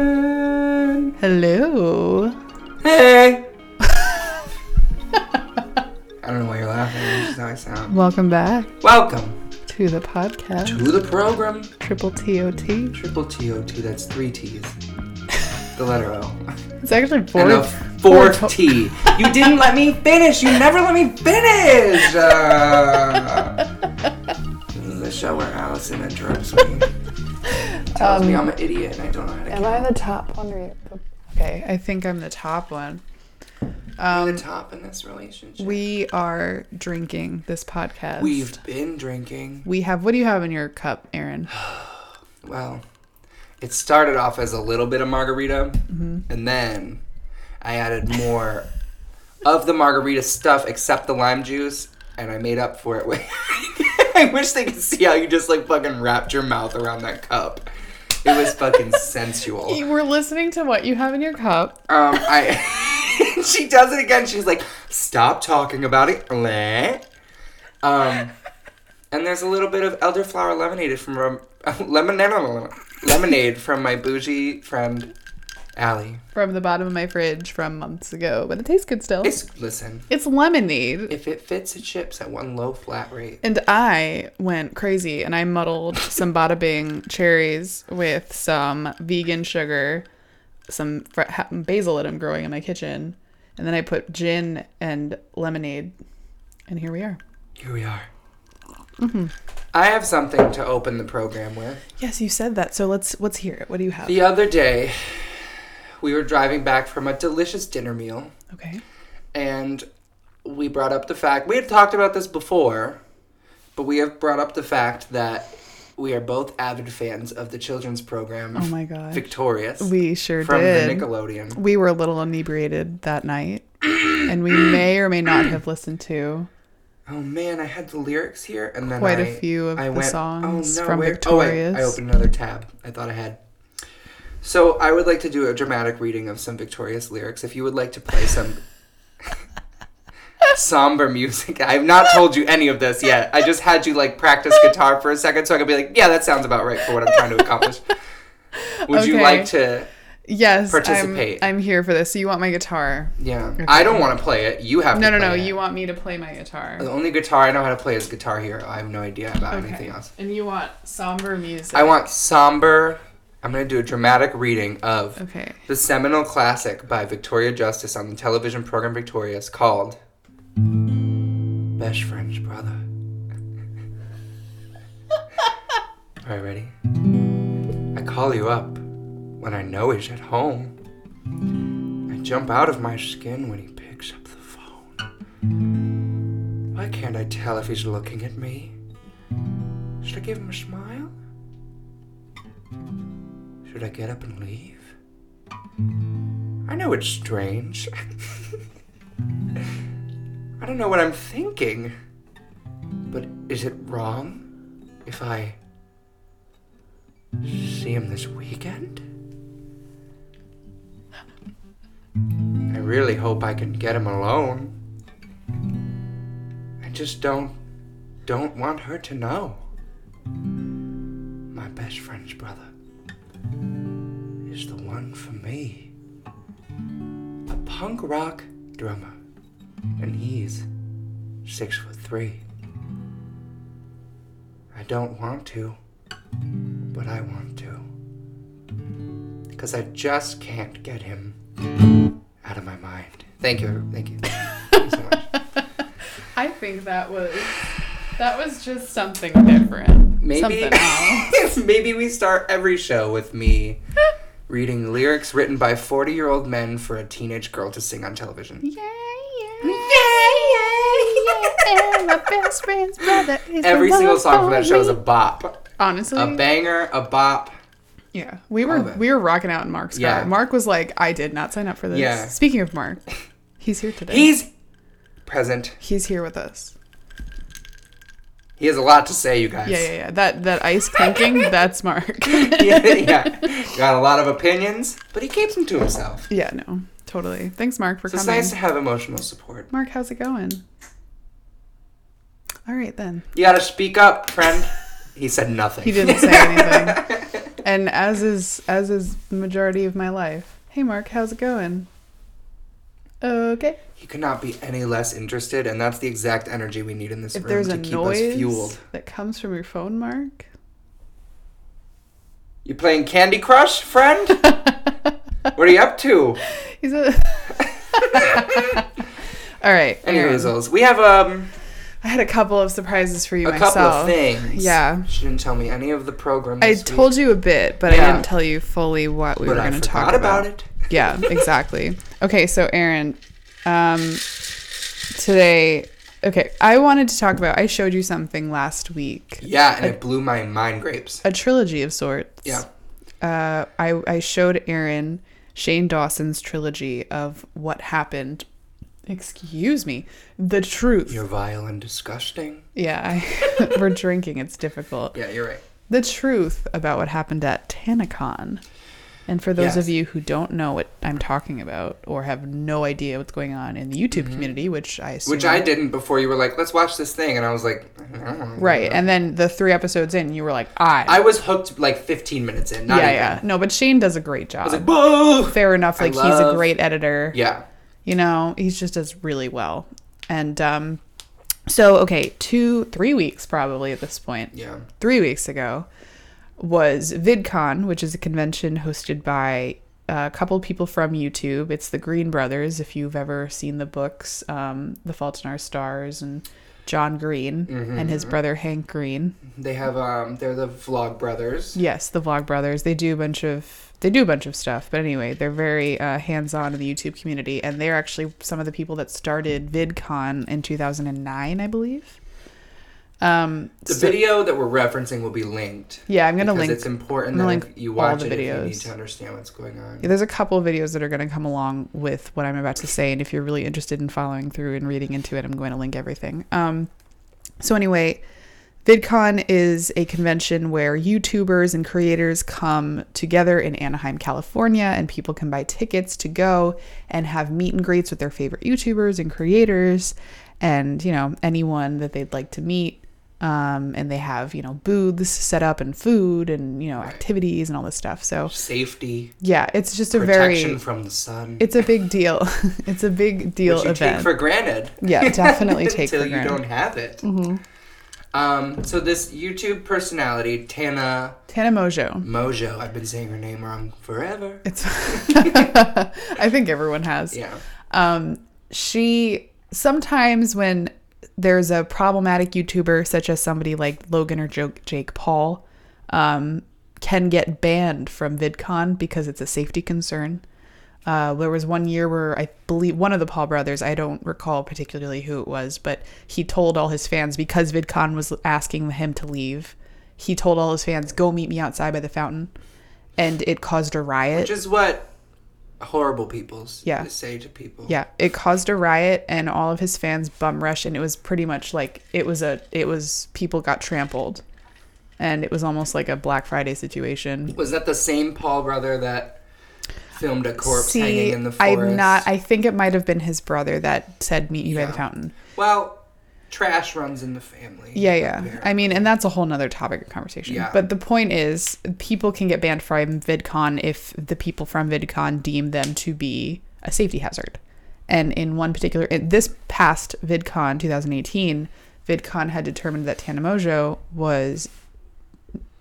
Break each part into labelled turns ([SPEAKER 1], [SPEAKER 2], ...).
[SPEAKER 1] Man.
[SPEAKER 2] Hello.
[SPEAKER 1] Hey. I don't know why you're laughing. That's just how I sound.
[SPEAKER 2] Welcome back
[SPEAKER 1] Welcome
[SPEAKER 2] to the podcast.
[SPEAKER 1] to the program.
[SPEAKER 2] Triple TOT.
[SPEAKER 1] Triple T O T. That's three T's. The letter O.
[SPEAKER 2] It's actually
[SPEAKER 1] and a
[SPEAKER 2] four.
[SPEAKER 1] fourth
[SPEAKER 2] fourth
[SPEAKER 1] T. You didn't let me finish. You never let me finish. Uh, this is the show where Allison interrupts me. Tells me I'm an idiot and I don't know how to.
[SPEAKER 2] Am I the top one? Or the, okay, I think I'm the top one.
[SPEAKER 1] the
[SPEAKER 2] Um,
[SPEAKER 1] top in this relationship.
[SPEAKER 2] we are drinking this podcast.
[SPEAKER 1] We've been drinking.
[SPEAKER 2] We have. What do you have in your cup, Aaron?
[SPEAKER 1] Well, it started off as a little bit of margarita, and then I added more of the margarita stuff except the lime juice, and I made up for it with. I wish they could see how you just like fucking wrapped your mouth around that cup. It was fucking sensual.
[SPEAKER 2] You We're listening to what you have in your cup.
[SPEAKER 1] Um, I. she does it again. She's like, "Stop talking about it." Leh." Um, and there's a little bit of elderflower lemonade from um, lemonade lemonade from my bougie friend Allie.
[SPEAKER 2] From the bottom of my fridge from months ago, but it tastes good still. It's,
[SPEAKER 1] It's listen.
[SPEAKER 2] lemonade.
[SPEAKER 1] If it fits, it ships at one low flat rate.
[SPEAKER 2] And I went crazy and I muddled some Bada Bing cherries with some vegan sugar, some fr- ha- basil that I'm growing in my kitchen, and then I put gin and lemonade, and here we are.
[SPEAKER 1] Here we are. I have something to open the program with.
[SPEAKER 2] Yes, you said that. So let's let's hear it. What do you have?
[SPEAKER 1] The other day, we were driving back from a delicious dinner meal.
[SPEAKER 2] Okay.
[SPEAKER 1] and we brought up the fact we had talked about this before, but we have brought up the fact that we are both avid fans of the children's program.
[SPEAKER 2] Oh my god.
[SPEAKER 1] Victorious
[SPEAKER 2] we sure
[SPEAKER 1] from
[SPEAKER 2] did.
[SPEAKER 1] the Nickelodeon.
[SPEAKER 2] we were a little inebriated that night, and we may or may not have listened to
[SPEAKER 1] Oh man, I had the lyrics here, and then
[SPEAKER 2] Quite a
[SPEAKER 1] a
[SPEAKER 2] few of
[SPEAKER 1] I
[SPEAKER 2] the
[SPEAKER 1] went,
[SPEAKER 2] songs
[SPEAKER 1] oh, no,
[SPEAKER 2] from
[SPEAKER 1] where- oh, wait, I
[SPEAKER 2] Victorious.
[SPEAKER 1] opened another tab. I thought I had. So I would like to do a dramatic reading of some Victorious lyrics. If you would like to play some. somber music. I've not told you any of this yet. I just had you like practice guitar for a second so I could be like, yeah, that sounds about right for what I'm trying to accomplish. Would you
[SPEAKER 2] Okay.
[SPEAKER 1] like to
[SPEAKER 2] Yes, I'm-
[SPEAKER 1] Participate.
[SPEAKER 2] I'm here for this. So you want my guitar?
[SPEAKER 1] Yeah. I don't want to play it. You have
[SPEAKER 2] No,
[SPEAKER 1] to
[SPEAKER 2] no,
[SPEAKER 1] play
[SPEAKER 2] no.
[SPEAKER 1] it.
[SPEAKER 2] You want me to play my guitar?
[SPEAKER 1] The only guitar I know how to play is Guitar Hero. I have no idea about anything else.
[SPEAKER 2] And you want somber music.
[SPEAKER 1] I want somber. I'm going to do a dramatic reading of
[SPEAKER 2] Okay.
[SPEAKER 1] the seminal classic by Victoria Justice on the television program Victorious called Best Friend's Brother. All right, ready? I call you up when I know he's at home. I jump out of my skin when he picks up the phone. Why can't I tell if he's looking at me? Should I give him a smile? Should I get up and leave? I know it's strange. I don't know what I'm thinking. But is it wrong if I see him this weekend? I really hope I can get him alone. I just don't don't want her to know. My best friend's brother is the one for me a punk rock drummer, and he's six foot three. I don't want to, but I want to. Because I just can't get him out of my mind. Thank you. every- Thank you. Thank you so much.
[SPEAKER 2] I think that was that was just something different.
[SPEAKER 1] Maybe,
[SPEAKER 2] Something else.
[SPEAKER 1] maybe we start every show with me reading lyrics written by 40 year old men for a teenage girl to sing on television.
[SPEAKER 2] yeah, yeah. Yeah, yeah. My best friend's brother is the
[SPEAKER 1] Every
[SPEAKER 2] one
[SPEAKER 1] single song from
[SPEAKER 2] for
[SPEAKER 1] that show is a
[SPEAKER 2] me.
[SPEAKER 1] bop.
[SPEAKER 2] Honestly,
[SPEAKER 1] A banger, a bop.
[SPEAKER 2] yeah, we were
[SPEAKER 1] Love it.
[SPEAKER 2] we were rocking out in Mark's
[SPEAKER 1] Yeah.
[SPEAKER 2] car. Mark was like, "I did not sign up for this."
[SPEAKER 1] Yeah.
[SPEAKER 2] Speaking of Mark, he's here today.
[SPEAKER 1] He's present.
[SPEAKER 2] he's here with us.
[SPEAKER 1] He has a lot to say, you guys.
[SPEAKER 2] Yeah, yeah, yeah. That that ice clinking, that's Mark.
[SPEAKER 1] yeah. Got a lot of opinions, but he keeps them to himself.
[SPEAKER 2] Yeah, no, totally. Thanks, Mark, for
[SPEAKER 1] So it's
[SPEAKER 2] coming.
[SPEAKER 1] nice to have emotional support.
[SPEAKER 2] Mark, how's it going? All right, then.
[SPEAKER 1] You gotta speak up, friend. He said nothing.
[SPEAKER 2] He didn't say anything. and as is as is the majority of my life. Hey Mark, how's it going? Okay.
[SPEAKER 1] He could not be any less interested, and that's the exact energy we need in this
[SPEAKER 2] If
[SPEAKER 1] room
[SPEAKER 2] there's
[SPEAKER 1] to
[SPEAKER 2] a
[SPEAKER 1] keep
[SPEAKER 2] noise
[SPEAKER 1] us fueled.
[SPEAKER 2] that comes from your phone, Mark.
[SPEAKER 1] You playing Candy Crush, friend? what are you up to?
[SPEAKER 2] He's a All right.
[SPEAKER 1] Any
[SPEAKER 2] Aaron,
[SPEAKER 1] hoozles. We have um
[SPEAKER 2] I had a couple of surprises for you
[SPEAKER 1] uh, a
[SPEAKER 2] myself.
[SPEAKER 1] couple of things.
[SPEAKER 2] Yeah.
[SPEAKER 1] She didn't tell me any of the program.
[SPEAKER 2] I
[SPEAKER 1] this week,
[SPEAKER 2] told you a bit, but I
[SPEAKER 1] Yeah.
[SPEAKER 2] didn't tell you fully what we
[SPEAKER 1] but
[SPEAKER 2] were
[SPEAKER 1] I
[SPEAKER 2] going to
[SPEAKER 1] forgot
[SPEAKER 2] talk about.
[SPEAKER 1] about it.
[SPEAKER 2] yeah, exactly. Okay, so Aaron, um, today, okay, I wanted to talk about. I showed you something last week,
[SPEAKER 1] Yeah, and it blew my mind grapes.
[SPEAKER 2] a trilogy of sorts.
[SPEAKER 1] Yeah.
[SPEAKER 2] Uh, I I showed Aaron Shane Dawson's trilogy of what happened. Excuse me, the truth.
[SPEAKER 1] You're vile and disgusting.
[SPEAKER 2] yeah, I, we're drinking. It's difficult.
[SPEAKER 1] Yeah, you're right.
[SPEAKER 2] the truth about what happened at Tanacon. And for those
[SPEAKER 1] Yes.
[SPEAKER 2] of you who don't know what I'm talking about or have no idea what's going on in the YouTube community, which I assume
[SPEAKER 1] Mm-hmm. Which I didn't before you were like, let's watch this thing. And I was like, I don't know.
[SPEAKER 2] right, and then the three episodes in, you were like, I,
[SPEAKER 1] I was hooked like 15 minutes in. Not
[SPEAKER 2] yeah,
[SPEAKER 1] even.
[SPEAKER 2] yeah, no, but Shane does a great job.
[SPEAKER 1] I was like, whoa!
[SPEAKER 2] Fair enough,
[SPEAKER 1] I
[SPEAKER 2] like he's a
[SPEAKER 1] love-
[SPEAKER 2] great editor.
[SPEAKER 1] Yeah.
[SPEAKER 2] you know he just does really well and um so okay two three weeks probably at this point
[SPEAKER 1] Yeah.
[SPEAKER 2] three weeks ago was vidcon which is a convention hosted by a couple people from youtube it's the green brothers if you've ever seen the books um, the fault in our stars and john green
[SPEAKER 1] Mm-hmm,
[SPEAKER 2] and his brother hank green
[SPEAKER 1] They have, um, they're the Vlog Brothers.
[SPEAKER 2] Yes, the Vlog Brothers. They do a bunch of they do a bunch of stuff, but anyway, they're very uh, hands-on in the YouTube community, and they're actually some of the people that started VidCon in 2009, I believe. Um,
[SPEAKER 1] The
[SPEAKER 2] so-
[SPEAKER 1] video that we're referencing will be linked.
[SPEAKER 2] yeah, I'm gonna
[SPEAKER 1] because
[SPEAKER 2] link.
[SPEAKER 1] It's important
[SPEAKER 2] I'm
[SPEAKER 1] that
[SPEAKER 2] gonna
[SPEAKER 1] if
[SPEAKER 2] link
[SPEAKER 1] you
[SPEAKER 2] all
[SPEAKER 1] watch
[SPEAKER 2] the
[SPEAKER 1] it, if you need
[SPEAKER 2] videos.
[SPEAKER 1] to understand what's going on.
[SPEAKER 2] Yeah, There's a couple of videos that are going to come along with what I'm about to say, and if you're really interested in following through and reading into it, I'm going to link everything. Um, so anyway, VidCon is a convention where YouTubers and creators come together in Anaheim, California, and people can buy tickets to go and have meet and greets with their favorite YouTubers and creators, and you know anyone that they'd like to meet. Um, and they have you know booths set up and food and you know activities and all this stuff. So
[SPEAKER 1] Safety,
[SPEAKER 2] yeah, it's just a
[SPEAKER 1] protection
[SPEAKER 2] very
[SPEAKER 1] from the sun.
[SPEAKER 2] it's a big deal. it's a big deal
[SPEAKER 1] which you
[SPEAKER 2] event.
[SPEAKER 1] take for granted.
[SPEAKER 2] yeah, definitely take
[SPEAKER 1] until
[SPEAKER 2] for
[SPEAKER 1] you
[SPEAKER 2] granted. Mm-hmm.
[SPEAKER 1] don't have it. Um, so this YouTube personality, Tana
[SPEAKER 2] Tana Mojo.
[SPEAKER 1] Mojo, I've been saying her name wrong forever.
[SPEAKER 2] It's I think everyone has.
[SPEAKER 1] Yeah.
[SPEAKER 2] Um she sometimes when there's a problematic YouTuber such as somebody like Logan or jo- Jake Paul um can get banned from VidCon because it's a safety concern. Uh, there was one year where I believe one of the Paul brothers, I don't recall particularly who it was, but he told all his fans because VidCon was asking him to leave, he told all his fans, go meet me outside by the fountain. And it caused a riot.
[SPEAKER 1] Which is what horrible peoples
[SPEAKER 2] Yeah.
[SPEAKER 1] say to people.
[SPEAKER 2] Yeah, it caused a riot and all of his fans bum rushed and it was pretty much like it was a it was people got trampled. And it was almost like a Black Friday situation.
[SPEAKER 1] Was that the same Paul brother that filmed a corpse hanging in the forest?
[SPEAKER 2] I'm not I think it might have been his brother that said meet you by the
[SPEAKER 1] Yeah.
[SPEAKER 2] fountain.
[SPEAKER 1] Well, trash runs in the family.
[SPEAKER 2] Yeah, yeah.
[SPEAKER 1] apparently.
[SPEAKER 2] I mean, and that's a whole nother topic of conversation.
[SPEAKER 1] Yeah.
[SPEAKER 2] But the point is, people can get banned from VidCon if the people from VidCon deem them to be a safety hazard. And in one particular, in this past VidCon 2018, VidCon had determined that Tanamojo was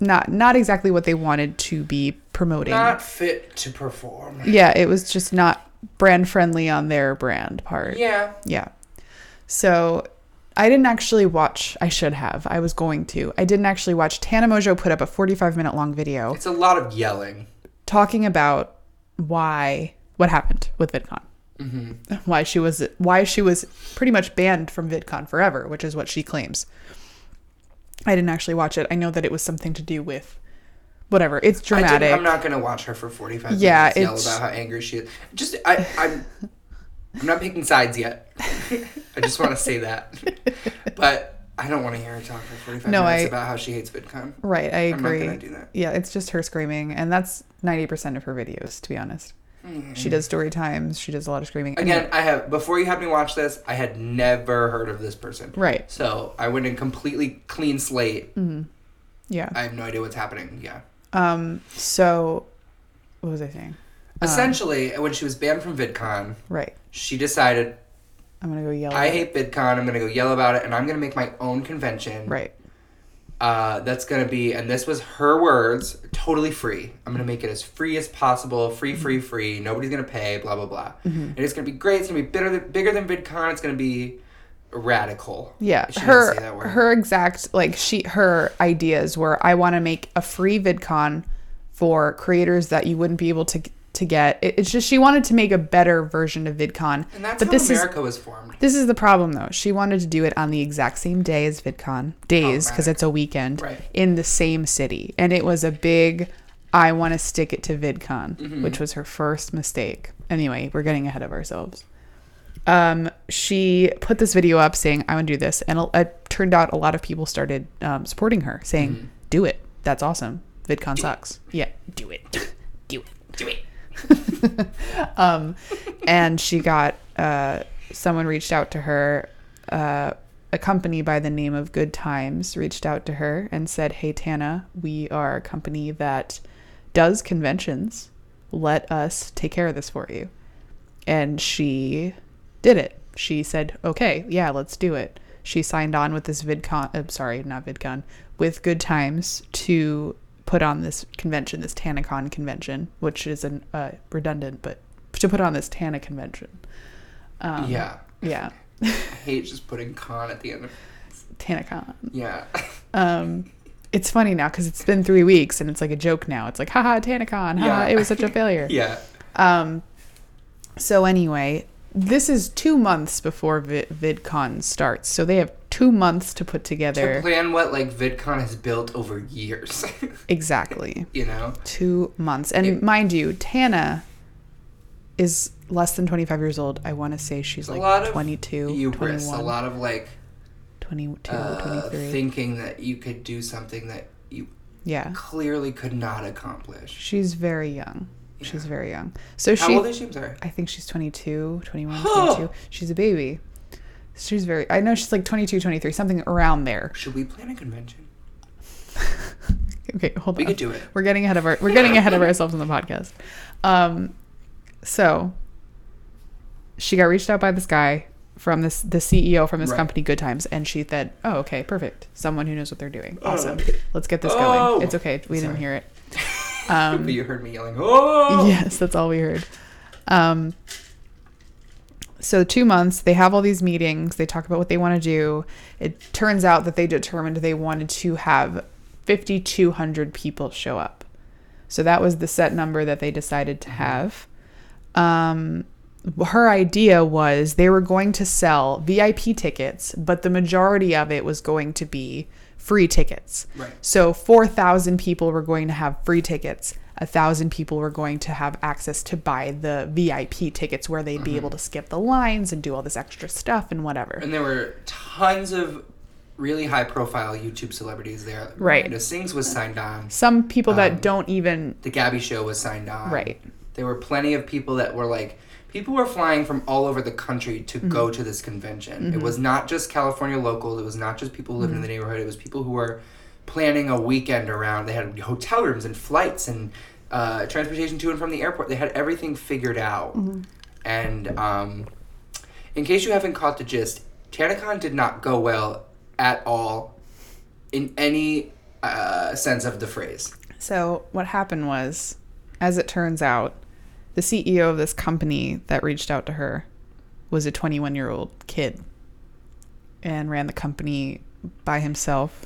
[SPEAKER 2] not not exactly what they wanted to be promoting.
[SPEAKER 1] Not fit to perform.
[SPEAKER 2] yeah, it was just not brand friendly on their brand part.
[SPEAKER 1] Yeah.
[SPEAKER 2] Yeah. So I didn't actually watch. I should have. I was going to. I didn't actually watch. Tana Mojo put up a 45 minute long video
[SPEAKER 1] It's a lot of yelling.
[SPEAKER 2] talking about why what happened with VidCon.
[SPEAKER 1] Mm-hmm.
[SPEAKER 2] Why she was why she was pretty much banned from VidCon forever, which is what she claims. I didn't actually watch it. I know that it was something to do with whatever. It's
[SPEAKER 1] I didn't-
[SPEAKER 2] dramatic.
[SPEAKER 1] I'm not gonna watch her for 45
[SPEAKER 2] Yeah,
[SPEAKER 1] minutes yell
[SPEAKER 2] it's-
[SPEAKER 1] about how angry she is. Just I, I'm I'm not picking sides yet. I just want to say that, but I don't want to hear her talk for 45
[SPEAKER 2] No,
[SPEAKER 1] minutes
[SPEAKER 2] I-
[SPEAKER 1] about how she hates VidCon.
[SPEAKER 2] right, I
[SPEAKER 1] I'm not
[SPEAKER 2] agree.
[SPEAKER 1] gonna do that.
[SPEAKER 2] Yeah, it's just her screaming and that's 90% of her videos to be honest. She does story times, she does a lot of screaming. Anyway.
[SPEAKER 1] Mm-hmm. Again, I have before you had me watch this, I had never heard of this person.
[SPEAKER 2] Right. Mm-hmm.
[SPEAKER 1] So I went in completely clean slate.
[SPEAKER 2] Yeah.
[SPEAKER 1] I have no idea what's happening. Yeah.
[SPEAKER 2] Um, so what was I saying?
[SPEAKER 1] Essentially, when she was banned from VidCon,
[SPEAKER 2] Right.
[SPEAKER 1] she decided,
[SPEAKER 2] I'm gonna go yell.
[SPEAKER 1] I
[SPEAKER 2] at it.
[SPEAKER 1] hate VidCon, I'm going to go yell about it, and I'm going to make my own convention.
[SPEAKER 2] Right.
[SPEAKER 1] Uh, that's going to be, and this was her words, totally free. I'm going to make it as free as possible, free,
[SPEAKER 2] Mm-hmm.
[SPEAKER 1] free, free. Nobody's going to pay, blah, blah, blah. And it's going to be great. It's going to be bigger than, bigger than VidCon. It's going to be radical.
[SPEAKER 2] Yeah.
[SPEAKER 1] She didn't
[SPEAKER 2] her
[SPEAKER 1] say that word.
[SPEAKER 2] her exact like she her ideas were I want to make a free VidCon for creators that you wouldn't be able to to get. It, it's just she wanted to make a better version of VidCon.
[SPEAKER 1] And that's
[SPEAKER 2] but
[SPEAKER 1] how
[SPEAKER 2] this is
[SPEAKER 1] America was formed.
[SPEAKER 2] This is the problem, though. She wanted to do it on the exact same day as VidCon days because it's a weekend
[SPEAKER 1] Right.
[SPEAKER 2] in the same city, and it was a big. I want to stick it to VidCon, which was her first mistake. Anyway, we're getting ahead of ourselves. Um, she put this video up saying, "I want to do this," and it, it turned out a lot of people started um, supporting her, saying, "Do it! That's awesome! VidCon sucks. Yeah, do it, do it, do it."
[SPEAKER 1] Do it.
[SPEAKER 2] um, and she got uh, someone reached out to her uh, a company by the name of good times reached out to her and said hey tana we are a company that does conventions let us take care of this for you and she did it she said okay yeah let's do it she signed on with this vidcon uh, sorry not vidcon with good times to put on this convention this tanacon convention which is an uh, redundant but to put on this tana convention um,
[SPEAKER 1] yeah.
[SPEAKER 2] yeah
[SPEAKER 1] I hate just putting con at the end of
[SPEAKER 2] tanacon
[SPEAKER 1] Yeah.
[SPEAKER 2] Um, it's funny now because it's been three weeks and it's like a joke now. It's like, haha, Tanacon, haha,
[SPEAKER 1] Yeah.
[SPEAKER 2] it was such a failure.
[SPEAKER 1] yeah.
[SPEAKER 2] Um, so anyway, this is two months before Vi- VidCon starts, so they have two months to put
[SPEAKER 1] To
[SPEAKER 2] together
[SPEAKER 1] plan what like VidCon has built over years,
[SPEAKER 2] exactly
[SPEAKER 1] you know?
[SPEAKER 2] two months. And
[SPEAKER 1] It-
[SPEAKER 2] mind you, Tana is less than 25 years old. I want to say she's
[SPEAKER 1] A
[SPEAKER 2] like
[SPEAKER 1] lot of
[SPEAKER 2] 22,
[SPEAKER 1] Hubris, a
[SPEAKER 2] 21,
[SPEAKER 1] lot of like
[SPEAKER 2] 22,
[SPEAKER 1] uh,
[SPEAKER 2] 23.
[SPEAKER 1] thinking that you could do something that you
[SPEAKER 2] yeah,
[SPEAKER 1] clearly could not accomplish.
[SPEAKER 2] she's very young. She's
[SPEAKER 1] Yeah.
[SPEAKER 2] very young. So she
[SPEAKER 1] How old is she? I'm sorry.
[SPEAKER 2] I think she's 22, 21, 22. She's a baby. She's very, I know she's like 22, 23, something around there.
[SPEAKER 1] Should we plan a convention?
[SPEAKER 2] Okay, hold
[SPEAKER 1] We
[SPEAKER 2] on.
[SPEAKER 1] could do it.
[SPEAKER 2] We're getting ahead of our, we're getting ahead of ourselves on the podcast. Um, so she got reached out by this guy from this, the CEO from this
[SPEAKER 1] Right.
[SPEAKER 2] company, Good Times. And she said, oh, okay, perfect. Someone who knows what they're doing.
[SPEAKER 1] Oh.
[SPEAKER 2] Awesome. Let's get this
[SPEAKER 1] Oh.
[SPEAKER 2] going. It's okay. We didn't
[SPEAKER 1] Sorry.
[SPEAKER 2] hear it. Um,
[SPEAKER 1] but you heard me yelling, "Oh!"
[SPEAKER 2] Yes, that's all we heard. Um, so two months, they have all these meetings. They talk about what they want to do. It turns out that they determined they wanted to have 5,200 people show up. So that was the set number that they decided to have. Um, her idea was they were going to sell VIP tickets, but the majority of it was going to be free tickets.
[SPEAKER 1] Right.
[SPEAKER 2] So 4,000 people were going to have free tickets. A thousand people were going to have access to buy the VIP tickets where they'd be able to skip the lines and do all this extra stuff and whatever.
[SPEAKER 1] And there were tons of really high-profile YouTube celebrities there.
[SPEAKER 2] Right.
[SPEAKER 1] Miranda Sings was signed on.
[SPEAKER 2] Some people
[SPEAKER 1] Um,
[SPEAKER 2] that don't even,
[SPEAKER 1] The Gabby Show was signed on.
[SPEAKER 2] Right.
[SPEAKER 1] There were plenty of people that were like, people were flying from all over the country to go to this convention. It was not just California locals. It was not just people who lived in the neighborhood. It was people who were planning a weekend around. They had hotel rooms and flights and uh, transportation to and from the airport. They had everything figured out. And um, in case you haven't caught the gist, TanaCon did not go well at all in any uh, sense of the phrase.
[SPEAKER 2] so what happened was, as it turns out, the CEO of this company that reached out to her was a 21 year old kid and ran the company by himself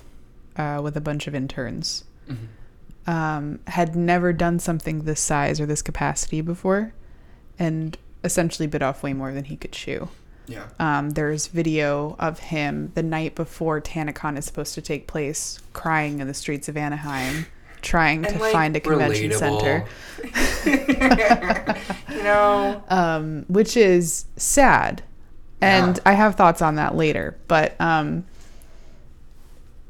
[SPEAKER 2] uh, with a bunch of interns. um, had never done something this size or this capacity before, and essentially bit off way more than he could chew.
[SPEAKER 1] Yeah.
[SPEAKER 2] Um, there's video of him the night before TanaCon is supposed to take place, crying in the streets of Anaheim, trying to
[SPEAKER 1] And, like,
[SPEAKER 2] find a convention center,
[SPEAKER 1] relatable. you know,
[SPEAKER 2] um, which is sad. And
[SPEAKER 1] Yeah.
[SPEAKER 2] I have thoughts on that later, but um,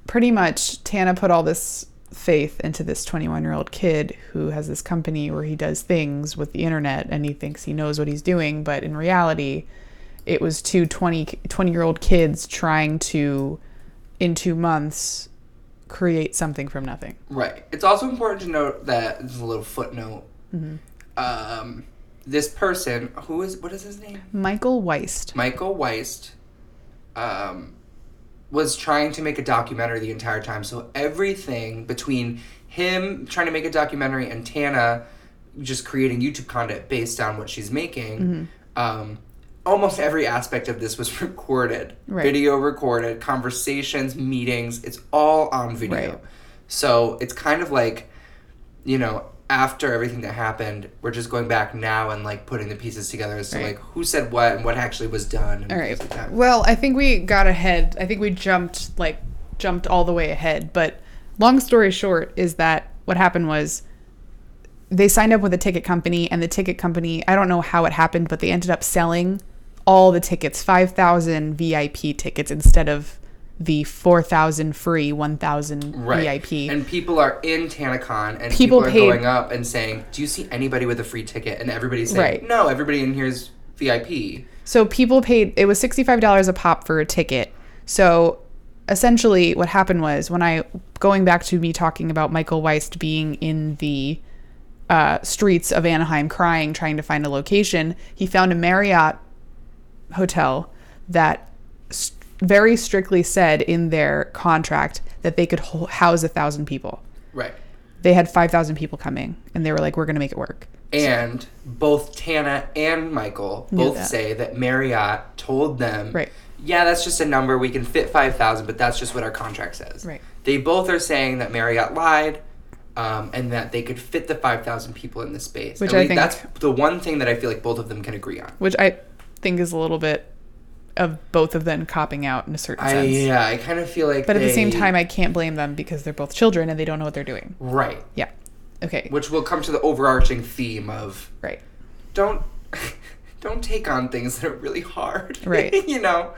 [SPEAKER 2] pretty much Tana put all this faith into this 21 year old kid who has this company where he does things with the internet and he thinks he knows what he's doing, but in reality, it was two 20 year old kids trying to, in two months, create something from nothing.
[SPEAKER 1] Right. It's also important to note that this is a little footnote. Um, this person, who is what is his name?
[SPEAKER 2] Michael Weist.
[SPEAKER 1] Michael Weist, um, was trying to make a documentary the entire time. So everything between him trying to make a documentary and Tana just creating YouTube content based on what she's making,
[SPEAKER 2] Mm-hmm.
[SPEAKER 1] um, almost every aspect of this was recorded,
[SPEAKER 2] Right.
[SPEAKER 1] video recorded, conversations, meetings. It's all on video.
[SPEAKER 2] Right.
[SPEAKER 1] So it's kind of like, you know. After everything that happened, we're just going back now and like putting the pieces together as to
[SPEAKER 2] Right.
[SPEAKER 1] like who said what and what actually was done. and
[SPEAKER 2] All
[SPEAKER 1] things like
[SPEAKER 2] right.
[SPEAKER 1] that.
[SPEAKER 2] Well, I think we got ahead. I think we jumped like jumped all the way ahead. But long story short is that what happened was they signed up with a ticket company, and the ticket company I don't know how it happened, but they ended up selling all the tickets, five thousand VIP tickets instead of the four thousand free, one thousand
[SPEAKER 1] Right.
[SPEAKER 2] VIP.
[SPEAKER 1] And people are in TanaCon and
[SPEAKER 2] People
[SPEAKER 1] people, are
[SPEAKER 2] paid-
[SPEAKER 1] going up and saying, Do you see anybody with a free ticket? And everybody's saying,
[SPEAKER 2] Right.
[SPEAKER 1] No, everybody in here's VIP.
[SPEAKER 2] So people paid it was $65 a pop for a ticket. So essentially what happened was when I going back to me talking about Michael Weist being in the uh, streets of Anaheim crying trying to find a location, he found a Marriott hotel that s very strictly said in their contract that they could ho- house a thousand people.
[SPEAKER 1] Right.
[SPEAKER 2] They had 5,000 people coming and they were like, we're going to make it work.
[SPEAKER 1] And both Tana and Michael both
[SPEAKER 2] that.
[SPEAKER 1] say that Marriott told them,
[SPEAKER 2] Right.
[SPEAKER 1] Yeah, that's just a number. We can fit 5,000, but that's just what our contract says.
[SPEAKER 2] Right.
[SPEAKER 1] They both are saying that Marriott lied. Um, and that they could fit the 5,000 people in the space.
[SPEAKER 2] Which
[SPEAKER 1] At
[SPEAKER 2] I
[SPEAKER 1] least
[SPEAKER 2] think-
[SPEAKER 1] that's the one thing that I feel like both of them can agree on.
[SPEAKER 2] which I think is a little bit of both of them copping out in a certain
[SPEAKER 1] I,
[SPEAKER 2] sense.
[SPEAKER 1] yeah, I kind of feel like.
[SPEAKER 2] But at the same
[SPEAKER 1] they-
[SPEAKER 2] time, I can't blame them because they're both children and they don't know what they're doing.
[SPEAKER 1] Right.
[SPEAKER 2] Yeah. Okay.
[SPEAKER 1] which will come to the overarching theme of
[SPEAKER 2] Right.
[SPEAKER 1] don't don't take on things that are really hard
[SPEAKER 2] Right.
[SPEAKER 1] you know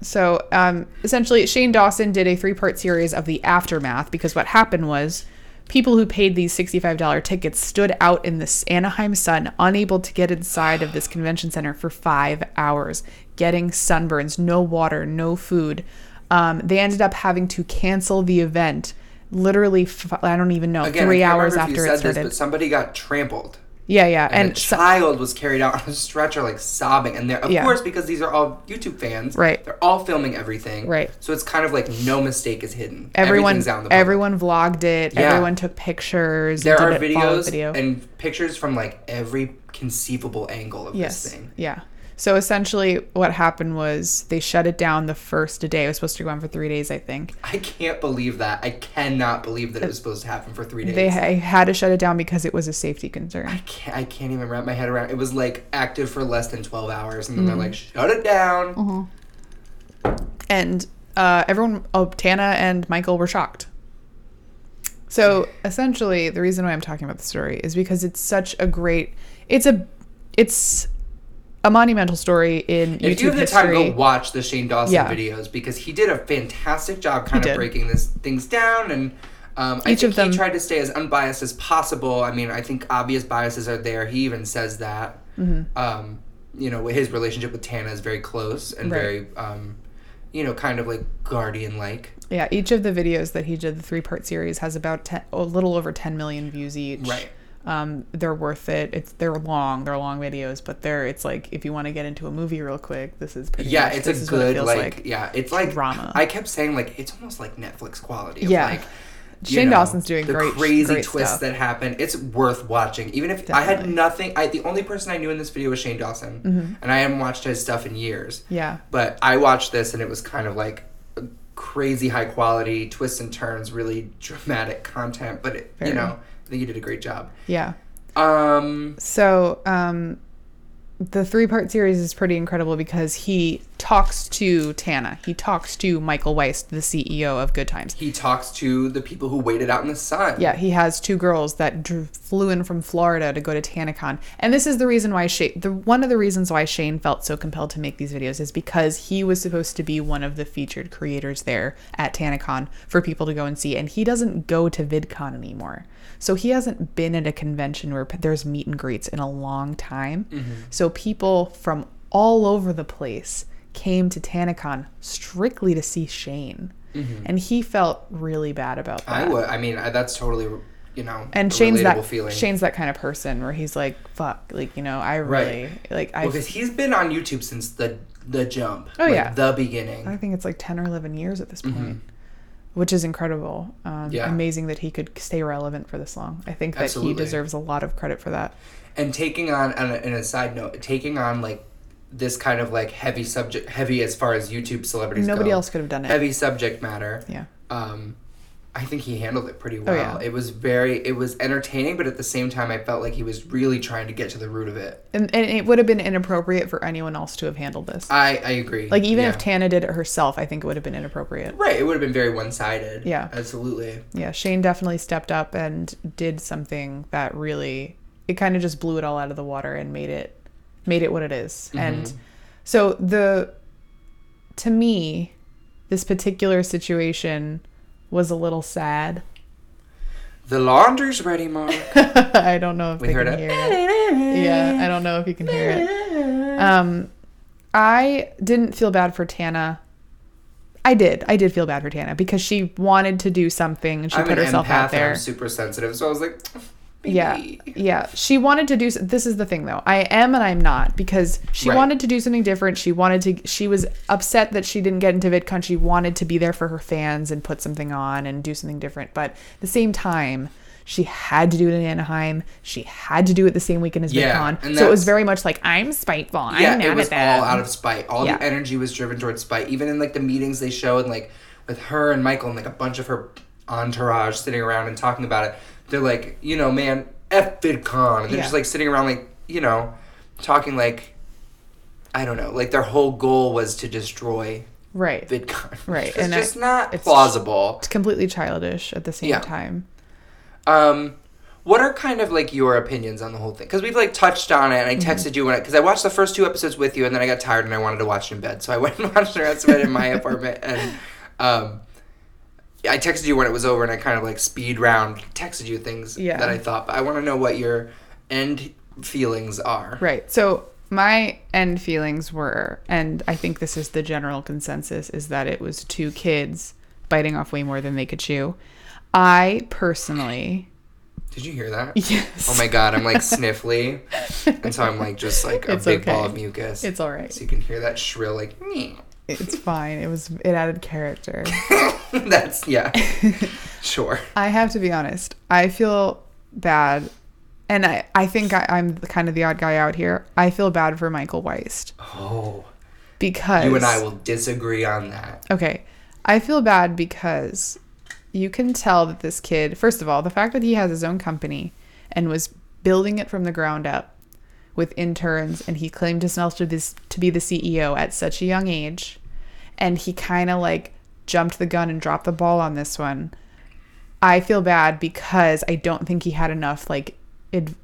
[SPEAKER 2] So um, essentially, Shane Dawson did a three part series of the aftermath because what happened was people who paid these $65 tickets stood out in this Anaheim sun, unable to get inside of this convention center for five hours, getting sunburns, no water, no food. Um, they ended up having to cancel the event literally, f- I don't even know,
[SPEAKER 1] again
[SPEAKER 2] three
[SPEAKER 1] I can't
[SPEAKER 2] hours
[SPEAKER 1] remember if
[SPEAKER 2] after
[SPEAKER 1] you
[SPEAKER 2] it
[SPEAKER 1] said this
[SPEAKER 2] started.
[SPEAKER 1] but somebody got trampled
[SPEAKER 2] yeah, yeah.
[SPEAKER 1] and,
[SPEAKER 2] And,
[SPEAKER 1] a
[SPEAKER 2] so-
[SPEAKER 1] child was carried out on a stretcher like sobbing and they're of
[SPEAKER 2] Yeah.
[SPEAKER 1] course because these are all youtube fans
[SPEAKER 2] Right.
[SPEAKER 1] they're all filming everything
[SPEAKER 2] Right.
[SPEAKER 1] so it's kind of like no mistake is hidden
[SPEAKER 2] everyone,
[SPEAKER 1] Everything's out in the public.
[SPEAKER 2] everyone vlogged it.
[SPEAKER 1] Yeah.
[SPEAKER 2] Everyone took pictures.
[SPEAKER 1] there
[SPEAKER 2] did
[SPEAKER 1] are
[SPEAKER 2] a follow-up
[SPEAKER 1] videos
[SPEAKER 2] video.
[SPEAKER 1] and pictures from like every conceivable angle of this thing
[SPEAKER 2] Yeah. So essentially, what happened was they shut it down the first day. It was supposed to go on for three days, I think.
[SPEAKER 1] i can't believe that i cannot believe that it was supposed to happen for three days
[SPEAKER 2] They ha- had to shut it down because it was a safety concern.
[SPEAKER 1] I can't, I can't even wrap my head around. It was like active for less than 12 hours, and then
[SPEAKER 2] Mm-hmm.
[SPEAKER 1] they're like, shut it down.
[SPEAKER 2] And uh, everyone, oh, Tana and Michael were shocked. So essentially, the reason why I'm talking about the story is because it's such a great, it's a, it's a monumental story in YouTube
[SPEAKER 1] If you have the time,
[SPEAKER 2] history.
[SPEAKER 1] go watch the Shane Dawson
[SPEAKER 2] Yeah.
[SPEAKER 1] videos because he did a fantastic job kind
[SPEAKER 2] did.
[SPEAKER 1] of breaking this things down. And um, I
[SPEAKER 2] Each
[SPEAKER 1] think
[SPEAKER 2] of them-
[SPEAKER 1] he tried to stay as unbiased as possible. I mean, I think obvious biases are there. He even says that.
[SPEAKER 2] Mm-hmm.
[SPEAKER 1] Um, you know, his relationship with Tana is very close and
[SPEAKER 2] Right.
[SPEAKER 1] very, um, you know, kind of like guardian like.
[SPEAKER 2] Yeah, each of the videos that he did, the three part series, has about 10, a little over 10 million views each.
[SPEAKER 1] Right.
[SPEAKER 2] Um, they're worth it. It's they're long, they're long videos, but they're it's like if you want to get into a movie real quick, this is pretty.
[SPEAKER 1] yeah
[SPEAKER 2] much-
[SPEAKER 1] it's
[SPEAKER 2] this
[SPEAKER 1] a
[SPEAKER 2] is what it
[SPEAKER 1] good
[SPEAKER 2] feels
[SPEAKER 1] like, yeah it's like
[SPEAKER 2] drama.
[SPEAKER 1] i kept saying like it's almost like netflix quality of,
[SPEAKER 2] Yeah.
[SPEAKER 1] like you
[SPEAKER 2] Shane Dawson's doing
[SPEAKER 1] the
[SPEAKER 2] great-
[SPEAKER 1] crazy
[SPEAKER 2] great
[SPEAKER 1] twists
[SPEAKER 2] stuff.
[SPEAKER 1] that happen it's worth watching even if i had
[SPEAKER 2] Definitely. Mm-hmm.
[SPEAKER 1] nothing i the only person i knew in this video was shane dawson and i haven't watched his stuff in years
[SPEAKER 2] Yeah.
[SPEAKER 1] but i watched this and it was kind of like a crazy high quality twists and turns really dramatic content but it,
[SPEAKER 2] Fair.
[SPEAKER 1] you know i think you did a great job
[SPEAKER 2] Yeah.
[SPEAKER 1] um
[SPEAKER 2] So um, the three part series is pretty incredible because he talks to Tana, he talks to Michael Weiss, the CEO of Good Times.
[SPEAKER 1] he talks to the people who waited out in the sun
[SPEAKER 2] Yeah, he has two girls that drew, flew in from Florida to go to TanaCon, and this is the reason why Shane. The one of the reasons why Shane felt so compelled to make these videos is because he was supposed to be one of the featured creators there at TanaCon for people to go and see, and he doesn't go to VidCon anymore, so he hasn't been at a convention where p- there's meet and greets in a long time. So people from all over the place came to TanaCon strictly to see Shane. and he felt really bad about
[SPEAKER 1] I
[SPEAKER 2] that.
[SPEAKER 1] would. I mean, I, that's totally, you know,
[SPEAKER 2] and
[SPEAKER 1] a
[SPEAKER 2] Shane's
[SPEAKER 1] relatable
[SPEAKER 2] that
[SPEAKER 1] feeling.
[SPEAKER 2] Shane's that kind of person where he's like, "Fuck," like you know, I really like I.
[SPEAKER 1] because he's been on YouTube since the the jump.
[SPEAKER 2] Oh,
[SPEAKER 1] like,
[SPEAKER 2] yeah.
[SPEAKER 1] the beginning.
[SPEAKER 2] I think it's like ten or eleven years at this point, which is incredible. Um,
[SPEAKER 1] Mm-hmm. Yeah.
[SPEAKER 2] amazing that he could stay relevant for this long. I think that
[SPEAKER 1] Absolutely.
[SPEAKER 2] he deserves a lot of credit for that.
[SPEAKER 1] and taking on and a, and a side note taking on like this kind of like heavy subject heavy as far as youtube celebrities
[SPEAKER 2] Nobody
[SPEAKER 1] go,
[SPEAKER 2] else could have done it.
[SPEAKER 1] heavy subject matter
[SPEAKER 2] Yeah,
[SPEAKER 1] um i think he handled it pretty well
[SPEAKER 2] Oh, yeah.
[SPEAKER 1] it was very it was entertaining but at the same time i felt like he was really trying to get to the root of it
[SPEAKER 2] and, and it would have been inappropriate for anyone else to have handled this.
[SPEAKER 1] i i agree
[SPEAKER 2] like even
[SPEAKER 1] Yeah.
[SPEAKER 2] if Tana did it herself, I think it would have been inappropriate.
[SPEAKER 1] right it would have been very one-sided
[SPEAKER 2] Yeah.
[SPEAKER 1] absolutely
[SPEAKER 2] Yeah, Shane definitely stepped up and did something that really it kind of just blew it all out of the water and made it made it what it is.
[SPEAKER 1] Mm-hmm.
[SPEAKER 2] And so the to me this particular situation was a little sad.
[SPEAKER 1] the laundry's ready mark
[SPEAKER 2] I don't know if
[SPEAKER 1] We
[SPEAKER 2] they
[SPEAKER 1] heard
[SPEAKER 2] can
[SPEAKER 1] it.
[SPEAKER 2] hear it. Yeah, I don't know if you can hear it. Um I didn't feel bad for Tana. I did. I did feel bad for Tana because she wanted to do something and she
[SPEAKER 1] i'm
[SPEAKER 2] put
[SPEAKER 1] an
[SPEAKER 2] herself
[SPEAKER 1] empath
[SPEAKER 2] out there.
[SPEAKER 1] and i'm super sensitive so i was like
[SPEAKER 2] Yeah.
[SPEAKER 1] "Baby."
[SPEAKER 2] Yeah. She wanted to do s- this is the thing though. I am and I'm not because she
[SPEAKER 1] Right.
[SPEAKER 2] wanted to do something different. She wanted to she was upset that she didn't get into VidCon. She wanted to be there for her fans and put something on and do something different. But at the same time, she had to do it in Anaheim. She had to do it the same weekend as
[SPEAKER 1] Yeah,
[SPEAKER 2] VidCon.
[SPEAKER 1] and
[SPEAKER 2] So it was
[SPEAKER 1] that's-
[SPEAKER 2] very much like I'm spiteful. I'm
[SPEAKER 1] yeah,
[SPEAKER 2] mad
[SPEAKER 1] it was
[SPEAKER 2] at them.
[SPEAKER 1] all out of spite. All
[SPEAKER 2] Yeah.
[SPEAKER 1] the energy was driven towards spite. Even in like the meetings they show and like with her and Michael and like a bunch of her entourage sitting around and talking about it, they're like, you know, man, F VidCon. And they're
[SPEAKER 2] Yeah.
[SPEAKER 1] just like sitting around like, you know, talking like I don't know, like their whole goal was to destroy
[SPEAKER 2] right.
[SPEAKER 1] VidCon.
[SPEAKER 2] Right,
[SPEAKER 1] It's
[SPEAKER 2] and I-
[SPEAKER 1] just not
[SPEAKER 2] it's-
[SPEAKER 1] plausible.
[SPEAKER 2] It's completely childish at the same
[SPEAKER 1] Yeah.
[SPEAKER 2] time.
[SPEAKER 1] Um what are kind of like your opinions on the whole thing? Because we've like touched on it, and I
[SPEAKER 2] Mm-hmm.
[SPEAKER 1] texted you when because I watched the first two episodes with you, and then I got tired and I wanted to watch it in bed, so I went and watched the rest of it in my apartment. And um, I texted you when it was over, and I kind of like speed round texted you things
[SPEAKER 2] Yeah.
[SPEAKER 1] that I thought. But I want to know what your end feelings are.
[SPEAKER 2] Right. So my end feelings were, and I think this is the general consensus, is that it was two kids biting off way more than they could chew. I personally,
[SPEAKER 1] Did you hear that?
[SPEAKER 2] yes,
[SPEAKER 1] Oh my god, I'm like sniffly, and so I'm like just like a
[SPEAKER 2] It's
[SPEAKER 1] big
[SPEAKER 2] okay.
[SPEAKER 1] ball of mucus.
[SPEAKER 2] it's all right.
[SPEAKER 1] so you can hear that shrill like.
[SPEAKER 2] It's fine. It was it added character.
[SPEAKER 1] That's yeah, sure.
[SPEAKER 2] I have to be honest. I feel bad, and I I think I, I'm the- kind of the odd guy out here. I feel bad for Michael Weist
[SPEAKER 1] Oh.
[SPEAKER 2] because
[SPEAKER 1] You and I will disagree on that.
[SPEAKER 2] Okay. I feel bad because you can tell that this kid, first of all, the fact that he has his own company and was building it from the ground up with interns and he claimed himself to this to be the CEO at such a young age and he kind of like jumped the gun and dropped the ball on this one. I feel bad because I don't think he had enough like ad-